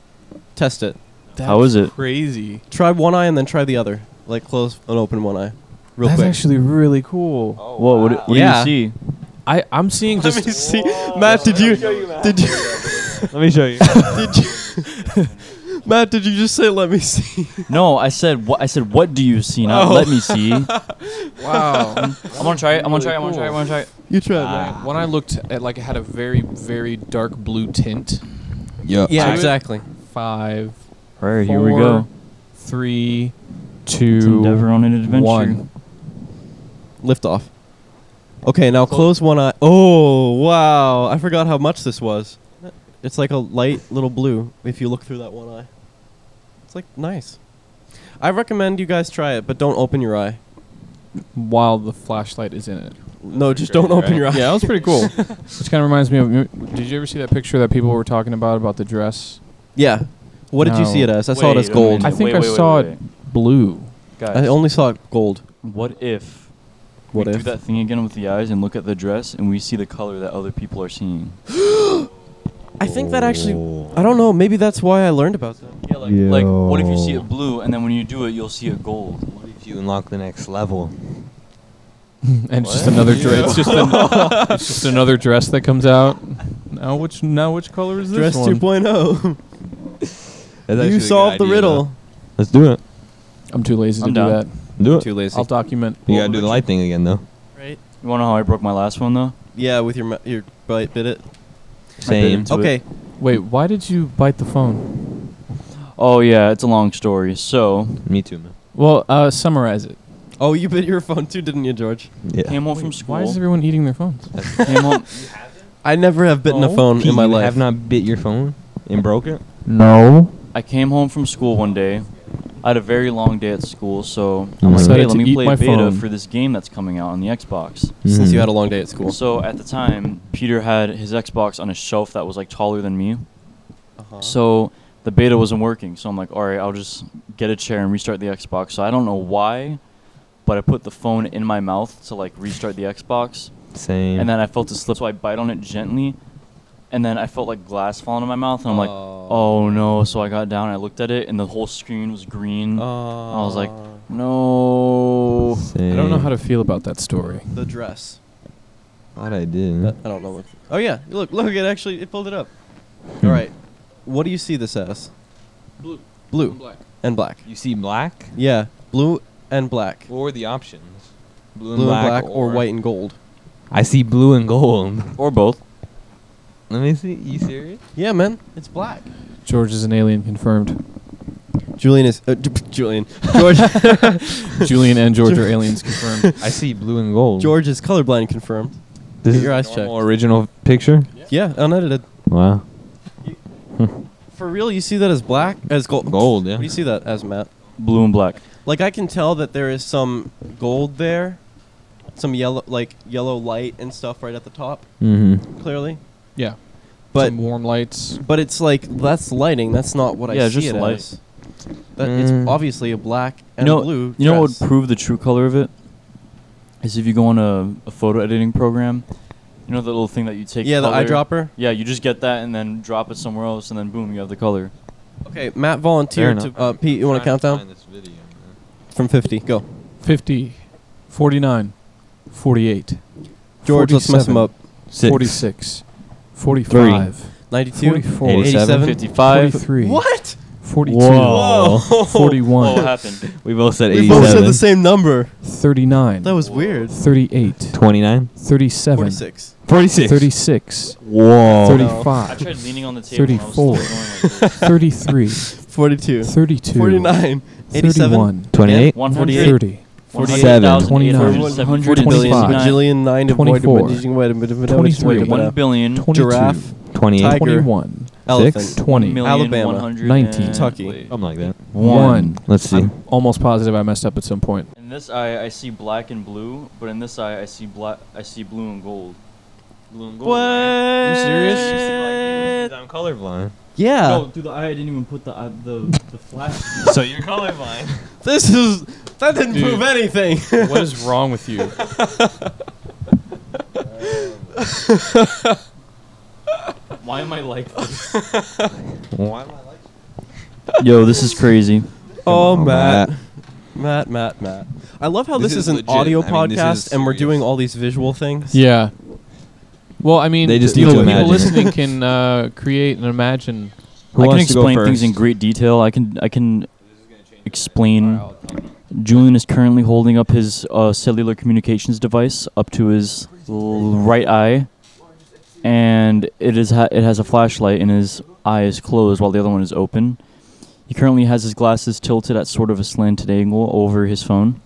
Test it.
How is it?
Crazy.
Try one eye and then try the other. Like close and open one eye. Real
That's
quick.
actually really cool.
Oh,
Whoa, what, what
Yeah.
do you see?
I I'm seeing
Let me
just
see. Matt, did you, did you
Let me show you.
did you Matt, did you just say let me see?
No, I said what I said what do you see? Not
Oh.
let me see. I'm
wow.
gonna try it. I'm gonna try it. I'm gonna try it. I'm gonna try it.
You tried.
Uh, when I looked at like it had a very very dark blue tint.
yeah.
yeah,
I-
exactly.
Five,
Alright, here we go.
Four, three,
Let's
two,
endeavor on an adventure.
one.
Lift off. Okay, now close one eye. Oh, wow. I forgot how much this was. It's like a light little blue if you look through that one eye. It's like nice. I recommend you guys try it, but don't open your eye.
while the flashlight is in it.
No, just
pretty
don't
great,
open your eye.
Yeah, that was pretty cool. Which kind of reminds me of. Did you ever see that picture that people were talking about about the dress?
Yeah. What did you
No.
see it as? I saw it as gold.
minute. I think I saw it. Blue.
Guys,
I only saw it gold.
what if
What
we
if?
do that thing again with the eyes and look at the dress and we see the color that other people are seeing?
Oh. I think that actually. I don't know. Maybe that's why I learned about that.
Yeah, like, like what if you see it blue and then when you do it, you'll see it gold?
What if you unlock the next level?
and it's just
What?
another dress. It's just an, it's just another dress that comes out. Now which now which color is this
Dress
one?
2.0.
That's actually a
you
good
solved the
idea,
riddle.
though. Let's do it.
I'm too lazy to
I'm
do
down.
that.
Do it.
Too lazy.
I'll document.
You gotta do the light thing again though.
right?
You wanna know how I broke my last one though?
Yeah, with your mu- your bite bit it.
Same. Oh.
into it.
Okay.
Wait, why did you bite the phone?
Oh yeah, it's a long story. So
Me too, man.
Well, uh, summarize it.
Oh, you bit your phone too, didn't you, George?
Yeah.
came home
Wait,
from
Why is
school.
everyone eating their phones?
Came home.
I never have bitten
Oh.
a phone in my
you
life.
have not bit your phone and broke it?
Mm-hmm. No.
I came home from school one day. I had a very long day at school, so
Mhm.
I'm like,
Decided
hey, let
to
me
eat
play
my
beta
phone."
for this game that's coming out on the Xbox.
Since
Mhm.
you had a long day at school.
So at the time, Peter had his Xbox on a shelf that was like taller than me.
Uh-huh.
So the beta wasn't working. So I'm like, all right, I'll just get a chair and restart the Xbox. So I don't know why, but I put the phone in my mouth to like restart the Xbox,
Same.
and then I felt it slip. So I bite on it gently, and then I felt like glass falling in my mouth, and I'm like, oh no. So I got down, I looked at it, and the whole screen was
Uh,
green.
I
was like, No.
Same.
I don't know how to feel about that story.
the dress.
Thought I did.
That- I don't know what. Oh yeah, look, look, it actually it pulled it up.
Hmm.
All right, what do you see this as?
Blue.
Blue and black.
you see black
Yeah, blue and black.
or the options. Blue
Blue and black or white and gold.
I see blue and gold.
Or both.
Let me see. You serious?
Yeah, man, it's black.
George is an alien confirmed.
Julian is uh, J- Julian. George
Julian and George are aliens confirmed.
I see blue and gold.
George is colorblind confirmed.
this
get
is
your
the
eyes checked.
normal original picture.
Yeah, unedited.
Wow.
For real, you see that as black as gold.
Gold, yeah.
What do you see that as, Matt?
Blue and black.
Like I can tell that there is some gold there, some yellow like yellow light and stuff right at the top.
Mm-hmm.
Clearly,
Yeah.
but
Some warm lights.
But it's like that's lighting. That's not what I
Yeah,
see
just
it
light.
as. That it's
Mm.
obviously a black and
you know,
blue.
You know what
dress.
would prove the true color of it? Is if you go on a, a photo editing program. You know the little thing that you take.
yeah, the
color?
eyedropper.
Yeah, you just get that and then drop it somewhere else, and then boom, you have the color.
Okay, Matt volunteered
Fair
to.
enough.
Uh, Pete, you want to count down from fifty? Go,
50, 49, 48,
George. Let's mess him
47,
up.
Six.
46, 45,
Ninety-two.
44,
Eighty-seven.
55.
43,
What?
42,
Whoa.
Oh, what
41,
happened?
We both said
We
87.
both said the same number.
39,
That was weird.
38,
29.
37,
Forty-six.
46.
36,
Whoa.
Oh, I
35,
tried leaning on the table. and I was still going
34.
like this.
33,
Forty-two.
32,
49. 87.
31,
28.
100,
30,
148,879,
125,
Bajillion nine avoided.
24,
Wait, 1
23,
billion,
22,
Giraffe.
28.
Tiger.
21,
Elephant.
20,
million,
Alabama,
100
19,
and-
Kentucky.
wait.
Something like that.
One.
Let's see.
I'm almost positive I messed up at some point.
In this eye, I see black and blue, but in this eye, I see black. I see blue and gold. Blue and gold. What?
Are you serious?
serious?
I'm colorblind.
Yeah.
No, through the eye, Oh, I didn't even put the eye, the the flash.
So you're colorblind.
This is that didn't
Dude.
prove anything.
what is wrong with you?
Why am I like this?
Why am I like
Yo, this is crazy.
Oh,
on,
Matt.
Matt.
Matt, Matt, Matt. I love how this,
This
is,
is
an
legit.
audio
I mean, this is
podcast and we're
serious.
doing all these visual things.
Yeah. Well, I mean,
They just
you
need
know,
to
people
imagine it.
listening can uh, create and imagine.
Who
I can
wants to go
explain things
first?
in great detail. I can I can explain. Julian is currently holding up his uh, cellular communications device up to his l- right eye, and it is ha- it has a flashlight, and his eye is closed while the other one is open. He currently has his glasses tilted at sort of a slanted angle over his phone.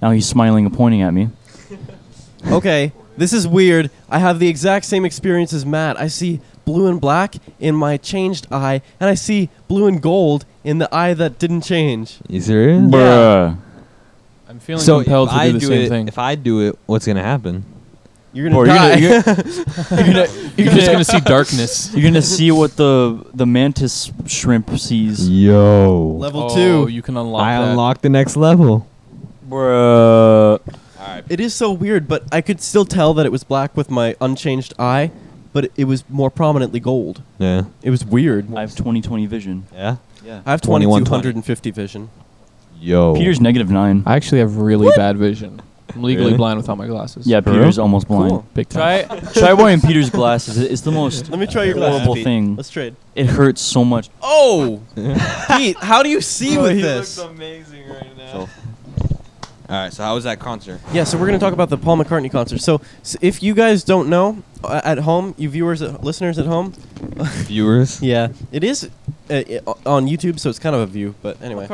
Now he's smiling and pointing at me.
Okay, this is weird. I have the exact same experience as Matt. I see blue and black in my changed eye, and I see blue and gold in the eye that didn't change.
You serious?
Bruh.
I'm feeling
So if
compelled to do
I
the
do
same
it,
thing.
if I do it, what's gonna happen?
You're gonna
Or you're
die.
gonna- you're
You're just gonna see darkness.
You're gonna see what the the mantis shrimp sees.
Yo.
Level
Oh,
two.
you can unlock.
I
that.
unlocked the next level.
Bruh.
It is so weird, but I could still tell that it was black with my unchanged eye, but it was more prominently gold.
Yeah.
It was weird.
I have 20/20 vision.
Yeah.
Yeah.
I have
21,
2250 vision.
Yo.
Peter's negative nine.
I actually have really bad vision. I'm legally
Really?
blind without my glasses.
yeah,
For real?
Peter's almost blind.
Cool.
big time.
Try try wearing Peter's glasses. It- It's the most
Let me try your glasses.
horrible
Pete.
thing.
Let's trade.
It hurts so much.
Oh, Pete, how do you see with this?
amazing right now. All right, so how was that concert?
Yeah, so we're going to talk about the Paul McCartney concert. So, s if you guys don't know, uh, at home, you viewers, at, listeners at home,
Viewers?
yeah, it is uh, i- on YouTube, so it's kind of a view. But anyway,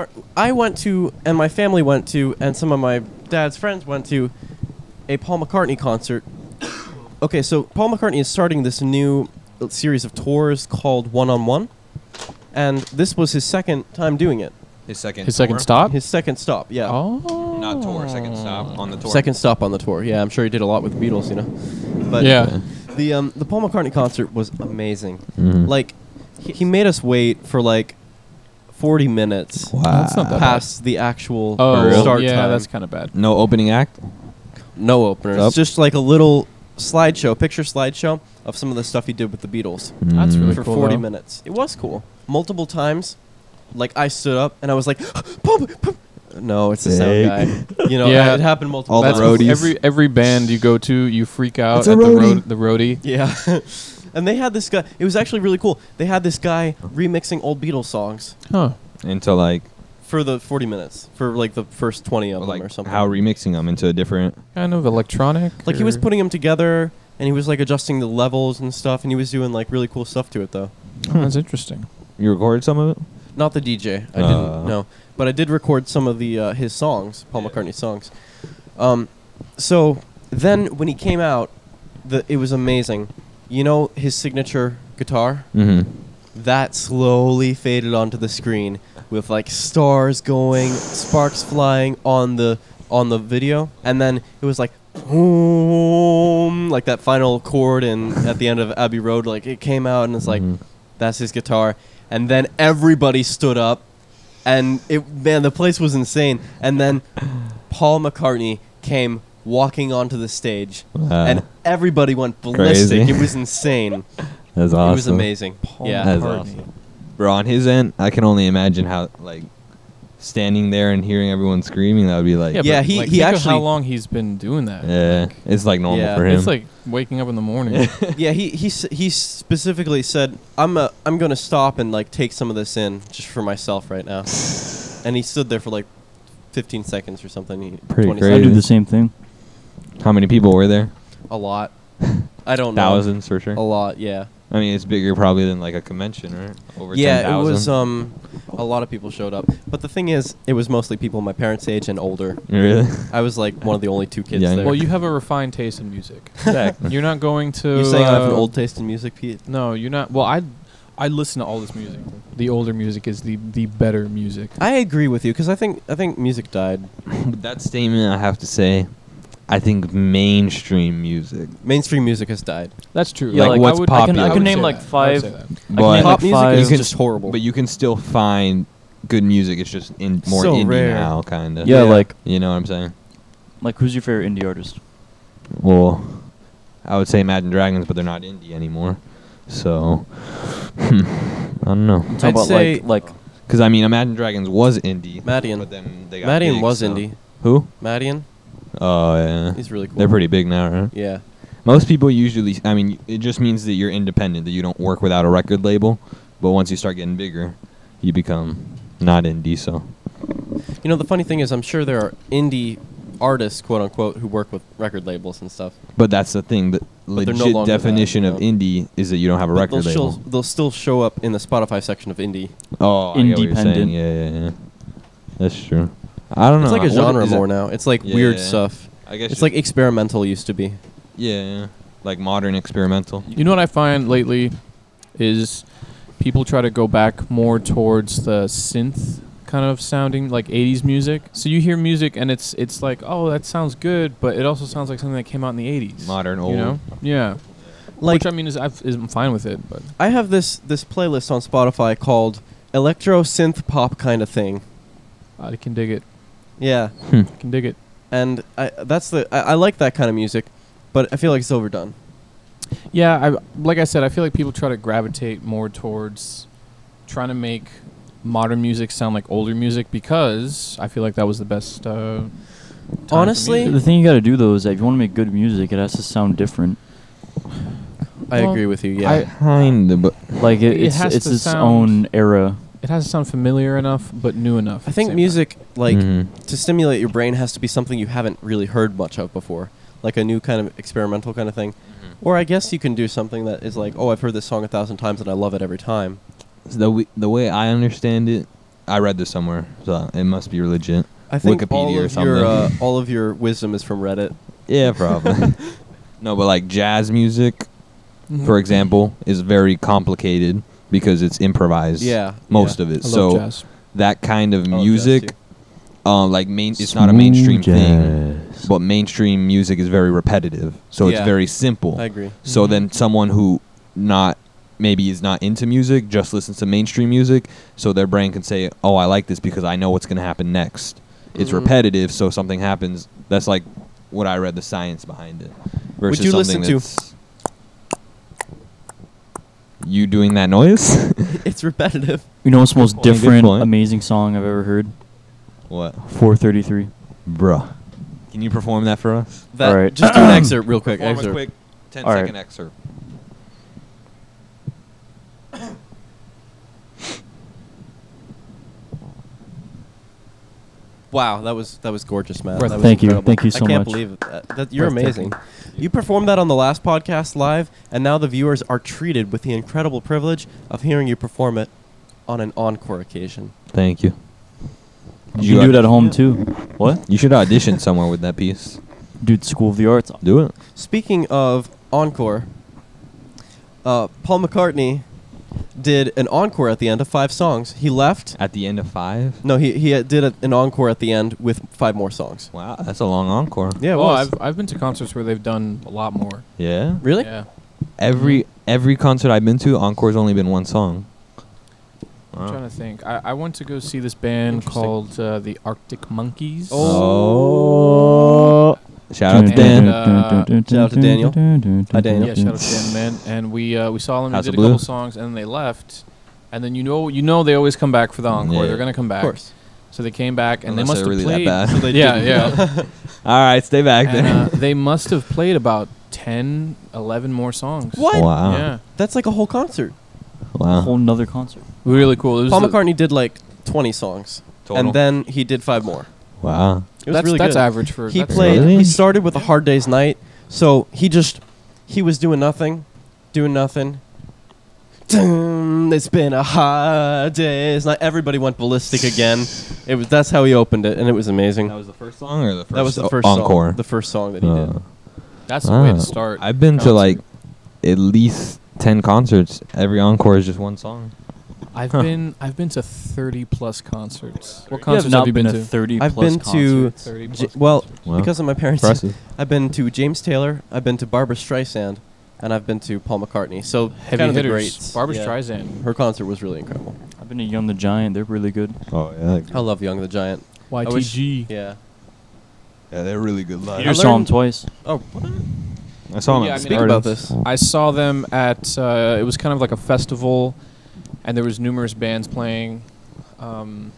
I went to, and my family went to, and some of my dad's friends went to a Paul McCartney concert. okay, so Paul McCartney is starting this new uh, series of tours called One on One, and this was his second time doing it.
His second.
His second
tour?
stop.
His second stop, yeah.
oh.
Not tour, second
Oh.
stop on the tour.
Second stop on the tour. Yeah, I'm sure he did a lot with the Beatles, you know. But
yeah.
the um, the Paul McCartney concert was amazing.
Mm-hmm.
Mhm.
Like he, he made us wait for like 40 minutes
Wow.
That's not that bad.
past the actual
Oh,
start
yeah,
time.
that's kind of bad.
No opening act?
no openers.
Up.
Just like a little slideshow, picture slideshow of some of the stuff he did with the Beatles
That's really
for
cool.
40
though.
minutes. It was cool. Multiple times, like I stood up and I was like, Paul, Paul. no, it's the sound
Sick.
guy. You know,
Yeah.
it happened multiple.
All the
times.
That's
roadies.
every every band you go to, you freak out
It's a
at the
roadie.
road the roadie.
Yeah. and they had this guy. It was actually really cool. They had this guy remixing old Beatles songs
Huh.
Mm. Into like,
for the 40 minutes, for like the first 20 of
like
them or something.
how remixing them into a different.
Kind of electronic.
like he was
or-
putting them together and he was like adjusting the levels and stuff and he was doing like really cool stuff to it though.
Oh, that's interesting.
You recorded some of it?
Not the DJ. I
Uh.
didn't know, but I did record some of the uh, his songs, Paul McCartney songs. Um, so then when he came out, the it was amazing. You know his signature guitar.
Mm-hmm.
that slowly faded onto the screen with like stars going, sparks flying on the on the video, and then it was like boom, like that final chord and at the end of Abbey Road, like it came out and it's like
Mhm.
that's his guitar, and then everybody stood up, and it man the place was insane, and then Paul McCartney came walking onto the stage,
Wow.
and everybody went ballistic.
Crazy.
It was insane.
That's awesome.
It was amazing. yeah.
That's awesome. Bro, on his end, I can only imagine how, like, standing there and hearing everyone screaming, that would be like,
Yeah,
but,
he-
like,
he
think of how
actually-
long he's been doing that.
yeah, it's like normal
Yeah.
for him.
It's like waking up in the morning.
yeah, he he s- he specifically said, "I'm a, I'm gonna stop and like take some of this in just for myself right now." and he stood there for like 15 seconds or something. He,
Pretty
20
great.
I
seconds.
do the same thing.
how many people were there?
A lot. I don't know. Oh.
Thousands for sure.
A lot. Yeah.
I mean, it's bigger probably than like a convention, right? Over
yeah,
10,000.
it was um, a lot of people showed up. But the thing is, it was mostly people my parents' age and older.
Really?
I was like one of the only two kids
Young.
there.
well, you have a refined taste in music.
Exactly.
You're not going to.
you saying I have an
uh,
old taste in music, Pete?
No, you're not. Well, I I listen to all this music. The older music is the the better music.
I agree with you because I think I think music died.
With that statement, I have to say, I think mainstream music.
Mainstream music has died.
That's true.
Yeah, like what's
I would,
pop-
I can,
popular.
I
I
can
would
name
say
like
that. I would say
five.
that.
I
But-
can name
Pop
like
music
five.
is
You can
just
s-
horrible.
But you can still find good music. It's just in more
So
indie
rare.
now, kind of.
yeah,
Yeah.
like
You know what I'm saying?
like who's your favorite indie artist?
Well, I would say Imagine Dragons, but they're not indie anymore. So, hmm, I don't know.
Talk
I'd
about
say-
like like
Because I mean, Imagine Dragons was indie.
Madian.
But then they got
Madian
big,
was
so-
indie.
Who?
Madian,
Oh yeah.
he's really cool.
They're pretty big now, right?
Yeah.
Most people usually, I mean, it just means that you're independent, that you don't work without a record label. But once you start getting bigger, you become not indie. So,
You know, the funny thing is, I'm sure there are indie artists, quote unquote, who work with record labels and stuff.
but that's the thing. The
they're no
legit
longer that,
definition of
no.
indie is that you don't have a
But
record
they'll,
label.
still, they'll still show up in the Spotify section of indie.
oh, I get what you're saying.
Independent.
Yeah, yeah, yeah. That's true. I don't
It's
know.
like
What
a genre
is that?
more now. It's like weird
Yeah.
stuff.
I guess
It's like experimental used to be.
yeah, yeah, like modern experimental.
You know what I find lately is people try to go back more towards the synth kind of sounding like 80s music. So you hear music and it's it's like, "Oh, that sounds good," but it also sounds like something that came out in the 80s.
Modern,
you
old.
know? Yeah.
Like
Which I mean is I've, is I'm fine with it, but
I have this this playlist on Spotify called electro synth pop kind of thing.
I can dig it.
Yeah,
I can dig it.
and I that's the I, I like that kind of music, but I feel like it's overdone.
Yeah, I like I said, I feel like people try to gravitate more towards trying to make modern music sound like older music because I feel like that was the best. Uh, time for
Honestly,
music.
The thing you got to do though is that if you want to make good music, it has to sound different.
I
Well,
agree with you. Yeah.
I kinda, but
Like it,
It
it's
has
it's
to
its
sound-
own era.
it has to sound familiar enough but new enough. at
I
the
think
same
music, like,
Mhm.
to stimulate your brain has to be something you haven't really heard much of before, like a new kind of experimental kind of thing.
Mm-hmm.
Or I guess you can do something that is like, oh, I've heard this song a thousand times and I love it every time.
the w- the way I understand it, I read this somewhere, so it must be legit.
I think
Wikipedia
all
or
of
something.
your uh, all of your wisdom is from Reddit.
Yeah, probably. no, but like jazz music,
Mm-hmm.
time.
for example, is very complicated because it's improvised.
Yeah,
most
yeah.
of
I
it.
love
so
jazz.
that kind of
I love Oh, jazz
music,
too.
uh, like main, it's not a mainstream thing, but mainstream music is very repetitive, so it's
Yeah.
very simple.
I agree.
So
Mhm.
then someone who not maybe is not into music just listens to mainstream music, so their brain can say, "Oh, I like this because I know what's going to happen next." It's
Mhm.
repetitive, so something happens. That's like what I read the science behind it. Versus
you
something
listen to-
that's- You doing that noise?
it's repetitive.
You know what's the most
point, good
different,
point.
amazing song I've ever heard?
what,
433.
bruh? Can you perform that for us?
That,
Alright.
Just do an excerpt real quick.
Perform a
excerpt.
quick 10
All right.
second excerpt.
Wow, that was that was gorgeous, Matt.
Breath-
That was
Thank you.
incredible.
Thank you
I
so
can't
much.
believe that. that you're
Breathtaking.
amazing. You performed that on the last podcast live, and now the viewers are treated with the incredible privilege of hearing you perform it on an encore occasion.
Thank you.
You, can do it at home too. What?
You should audition somewhere with that piece.
Dude, School of the Arts.
Do it.
Speaking of encore, uh, Paul McCartney did an encore at the end of five songs. He left.
At the end of five?
No, he he uh, did a, an encore at the end with five more songs.
Wow, that's a long encore.
Yeah, it
well,
was.
Oh, I've I've been to concerts where they've done a lot more.
Yeah.
really?
Yeah.
Every every concert I've been to, encore's only been one song.
I'm
Wow.
trying to think. I, I went to go see this band
Interesting.
called uh, the Arctic Monkeys.
Oh. Shout out to
And,
Dan.
uh,
Shout out to Daniel. Hi, Daniel.
Yeah, shout out to Dan, man. And we uh, we saw them. They
House
did
of
a
Blue.
couple songs, and they left. And then you know you know they always come back for the encore.
Mm, Yeah.
They're gonna come
Of
back.
course.
So they came back, and
Unless
they must
they're
have
really that
played.
So
bad.
they
yeah,
did-
yeah.
All right, stay back
and,
there.
uh, they must have played about 10, 11 more songs.
What?
Wow.
Yeah.
That's like a whole concert.
A
Wow.
whole nother concert.
Really cool. It was
Paul
the-
McCartney did like 20 songs, and then he did five more.
wow.
It was
that's
really
that's
good.
average for.
He
that's
played.
Really?
He started with a hard day's night, so he just he was doing nothing, doing nothing. Dun, It's been a hard day's night. Everybody went ballistic again. It was that's how he opened it, and it was amazing.
was the first song or the first
That was the first
encore?
song, the first song that he
Uh,
did.
That's the way
Ah.
to start.
I've been to
concert.
like at least 10 concerts. Every encore is just one song.
I've
Huh.
been I've been to thirty plus concerts. What
You have
concerts
not
have you
been,
been,
to
to?
30
I've
plus
been
concerts.
to
30
J-
plus
well
Wow.
because of my parents.
Impressive.
I've been to James Taylor. I've been to Barbara Streisand, and I've been to Paul McCartney. So
heavy
kind of the
hitters.
greats.
Barbra
Yeah.
Streisand.
Her concert was really incredible.
I've been to Young the Giant. They're really good.
Oh, yeah.
I love Young the Giant. wish-
YTG.
Yeah.
Yeah, they're really good
I
live.
I
just saw them
learned-
twice.
Oh, what?
I saw him
Yeah,
at the
I mean,
Speak
Gardens.
about this.
I saw them at. Uh, it was kind of like a festival, and there was numerous bands playing. Um,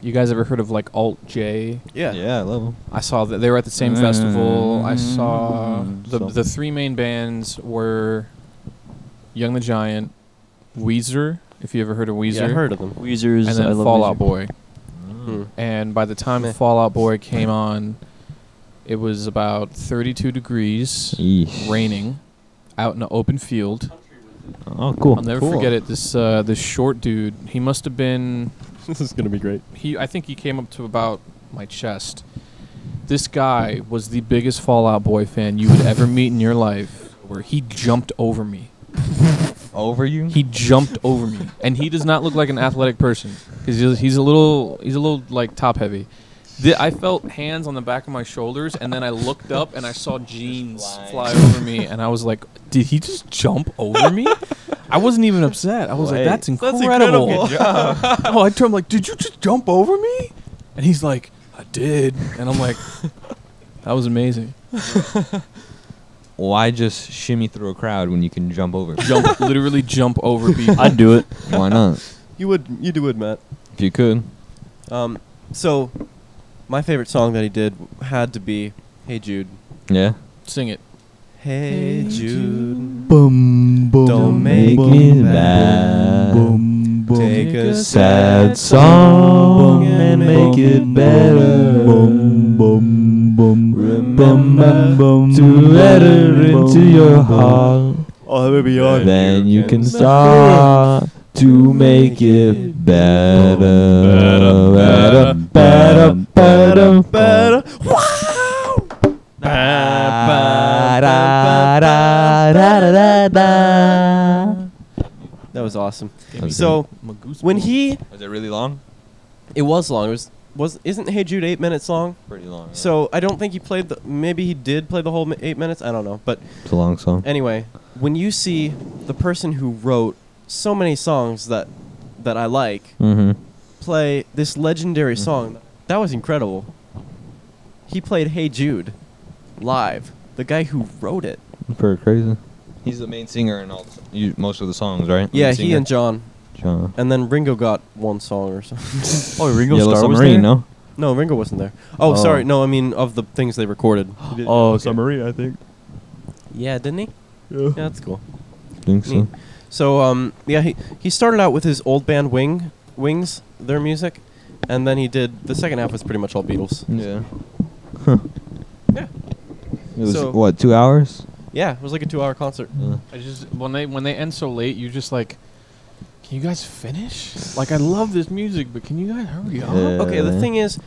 you guys ever heard of like Alt J?
Yeah.
Yeah, I love him.
I saw that they were at the same festival. I saw
Mm,
the
so-
the three main bands were Young the Giant, Weezer. If you ever heard of Weezer,
Yeah, I heard of them.
Weezer's.
and then
I love
Fall Out
Weezer.
Boy.
Hmm.
And by the time
Meh.
Fall Out Boy came on, it was about 32 degrees,
Yeesh.
raining, out in an open field.
Oh, cool.
I'll never
Cool.
forget it. This uh, this short dude. He must have been
this is gonna be great.
he I think he came up to about my chest. This guy was the biggest Fallout Boy fan you would ever meet in your life. Where he jumped over me.
Over you?
He jumped over me, and he does not look like an athletic person because he's, he's a little he's a little like top heavy. Th- I felt hands on the back of my shoulders, and then I looked up and I saw jeans fly over me, and I was like, "Did he just jump over me?" I wasn't even upset. I was like,
Wait.
"That's
That's
incredible."
incredible.
oh, I turned like, "Did you just jump over me?" And he's like, "I did," and I'm like, "That was amazing."
Why just shimmy through a crowd when you can jump over?
Jump, literally jump over people.
I'd do it.
Why not?
You would. You do would, Matt.
If you could.
Um, so, my favorite song that he did had to be "Hey Jude."
Yeah.
Sing it.
Hey Jude,
Boom, boom,
Don't
Make
Boom,
me
boom,
mad.
Boom, boom.
take a
Sad
sad
song
song
and
and
make it
make
better.
Boom, boom, boom.
Remember
Boom, boom,
to
boom,
let her
boom,
into your
boom.
heart. Then you can start to make it better, better, better, better,
Um,
better.
That was awesome.
Okay.
So when he,
Was it really long?
it was long. It was was isn't "Hey Jude" eight minutes long?
Pretty long.
So I don't think he played the. Maybe he did play the whole mi- eight minutes. I don't know. But
it's a long song.
anyway, when you see the person who wrote so many songs that that I like
Mm-hmm.
play this legendary song, that was incredible. He played "Hey Jude" live. The guy who wrote it.
Pretty crazy. He's the main singer in all you, most of the songs, right?
Yeah,
Main
he
singer?
and John.
John.
And then Ringo got one song or something.
Oh, Ringo
Yellow
Starr was
Submarine,
there?
no?
no, Ringo wasn't there. Oh,
Oh.
sorry. No, I mean of the things they recorded.
Oh, Submarine, I think.
Yeah, didn't he? Yeah, that's cool.
think so.
Neat. So um, yeah, he he started out with his old band Wing Wings, their music, and then he did the second half was pretty much all Beatles.
Yeah. Huh.
Yeah.
It was
So-
what two hours?
Yeah, it was like a two-hour concert.
Yeah.
I just when they when they end so late, you just like, can you guys finish? Like I love this music, but can you guys hurry up?
Yeah.
Okay, the thing is,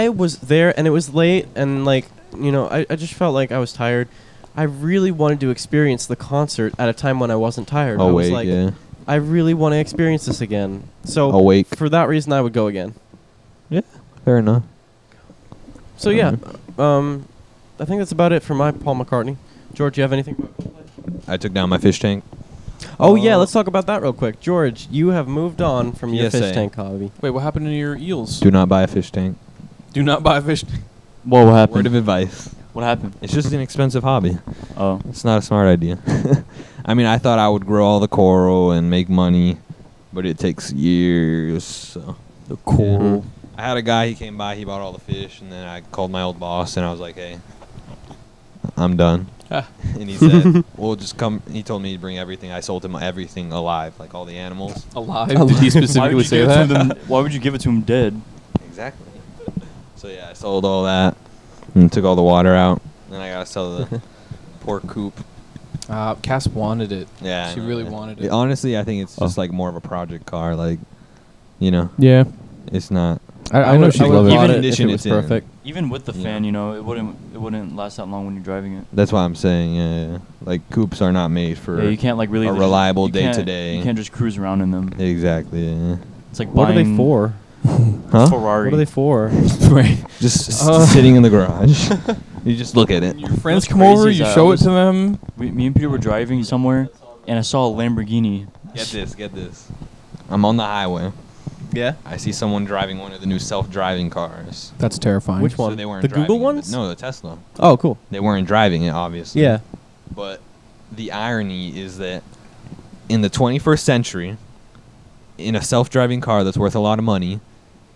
I was there and it was late, and like you know, I I just felt like I was tired. I really wanted to experience the concert at a time when I wasn't tired. I
Awake,
was like,
Oh,
oh,
yeah. Oh.
I really want to experience this again. So
Awake.
for that reason, I would go again.
Fair enough.
So yeah, um, I think that's about it for my Paul McCartney. George, you have anything? About
I took down my fish tank.
Oh yeah, let's talk about that real quick. George, you have moved on from your
Yes,
fish
I-
tank hobby.
Wait, what happened to your eels?
Do not buy a fish tank.
Do not buy fish.
Whoa, what
Word
happened?
of advice.
What happened?
It's just an expensive hobby.
Oh.
It's not a smart idea. I mean, I thought I would grow all the coral and make money, but it takes years. So.
The
coral. I had a guy. He came by. He bought all the fish, and then I called my old boss, and I was like, "Hey, I'm done."
Ah.
and he said, "Well, just come." He told me to bring everything. I sold him everything alive, like all the animals.
Alive? Did he specifically say that?
Why would you give it to him dead?
Exactly. So yeah, I sold all that and took all the water out. Then I gotta sell the poor coop.
Uh, Cass wanted it.
Yeah, I
she
know,
really
yeah.
wanted
Yeah,
it.
honestly, I think it's just
Oh.
like more of a project car. Like, you know,
Yeah,
it's not.
I,
I know she'd
would
love it.
Even
Even
if
condition
it
it's
was perfect.
in.
Even with the
Yeah.
fan, you know, it wouldn't it wouldn't last that long when you're driving it.
That's why I'm saying, yeah, yeah. like coops are not made for.
Yeah, you can't like really
a
just-
reliable
you can't-
day-to-day.
You can't just cruise around in them.
Exactly. Yeah.
It's like
What are they
buying
for?
Huh?
Ferrari.
What are they for?
right.
Just s-
Uh.
sitting in the garage. you just look at it.
Your friends
What's
come over,
crazy
you
is I
show it
was-
to them.
We, me and Peter were driving somewhere, and I saw a Lamborghini.
Get this, get this. I'm on the highway.
Yeah.
I see someone driving one of the new self-driving cars.
That's terrifying.
Which one?
So they weren't
The Google
driving it,
ones?
but- No, the Tesla.
Oh, cool.
They weren't driving it, obviously.
Yeah.
But the irony is that in the 21st century, in a self-driving car that's worth a lot of money,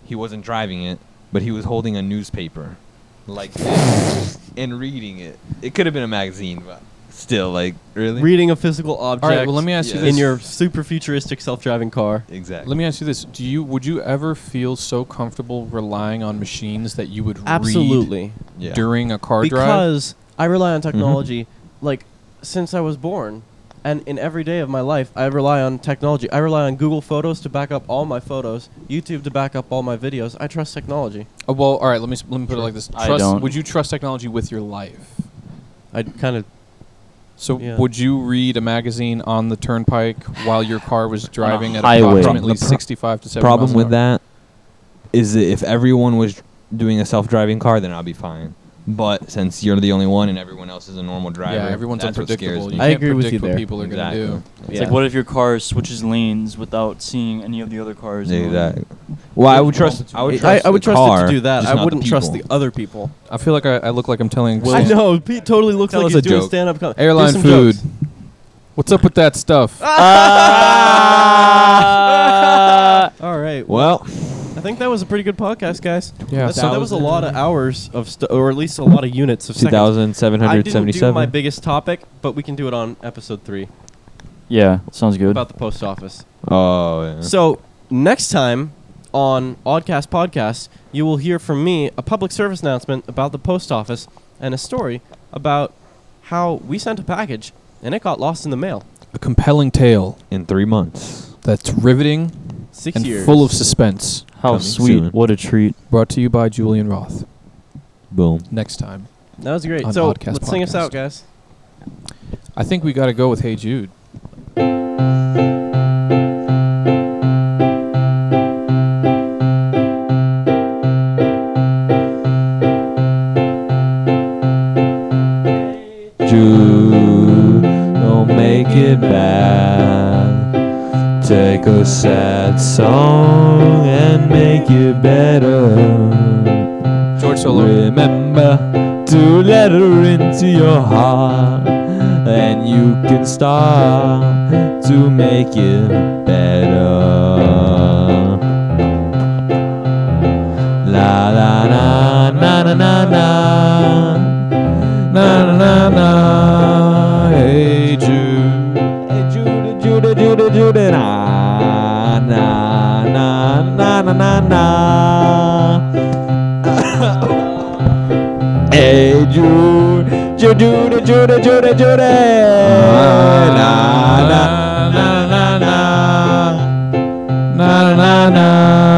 he wasn't driving it, but he was holding a newspaper like this and reading it. It could have been a magazine, but still, like, really?
Reading a physical object.
All right. Well, let me ask
Yeah.
you this.
in your super futuristic self-driving car.
Exactly.
let me ask you this: Do you would you ever feel so comfortable relying on machines that you would read
Absolutely.
Yeah.
during a car drive?
because I rely
Mm-hmm.
on technology like since I was born. And in every day of my life, I rely on technology. I rely on Google Photos to back up all my photos, YouTube to back up all my videos. I trust technology.
Oh, well, all right. Let me s- let me put it like this:
I
Trust.
don't.
Would you trust technology with your life?
I kind of
So
Yeah.
would you read a magazine on the turnpike while your car was
Uh,
driving at
highway.
approximately
The pro-
65 to 70
problem
miles
with
an hour?
that is that if everyone was doing a self-driving car, then I'd be fine. But since you're the only one and everyone else is a normal driver,
yeah, everyone's
that's what scares
unpredictable.
me.
You
I
can't
agree with
predict
you
what
there.
people are
exactly.
going to do.
It's like what if your car switches lanes without seeing any of the other cars? in the lane?
Exactly. Well, I would trust. I would
I-
trust.
I, I would
the
trust
car,
it to do that.
just
I
not the
wouldn't trust the
people.
other people.
I feel like I, I look like I'm telling.
Well-
I
Sam-
know. Pete totally looks
Tell
like
us
he's
a
doing
joke.
stand-up comedy.
Airline food. What's up with that
Ah.
stuff? Ah!
All right.
Ah! Well,
I think that was a pretty good podcast, guys.
Yeah.
So that was a lot of hours of, st- or at least a lot of units of
Two
seconds.
thousand seven
I
hundred
didn't do my
seventy-seven.
biggest topic, but we can do it on episode three
Yeah, sounds good.
about the post office.
Oh, yeah.
So next time on Oddcast Podcast, you will hear from me a public service announcement about the post office and a story about how we sent a package and it got lost in the mail.
a compelling tale
in three months.
that's riveting
Six
and
years.
full of suspense.
How
coming
sweet.
soon.
What a treat.
Brought to you by Julian Roth.
Boom.
Next time,
that was great.
on
So
Oddcast
let's sing us
Podcast.
out, guys.
I think we got to go with Hey Jude.
Jude, don't make it bad. Take a sad song and make it better.
George Solo.
Remember to let her into your heart, and you can start to make it better. La la na na na na na na na na na. Hey Jude, hey Jude, Jude, Jude, Jude, na na na na na na na. Hey Jude, Jude, Jude, Jude, Jude, Jude. Na na na na na na na na na.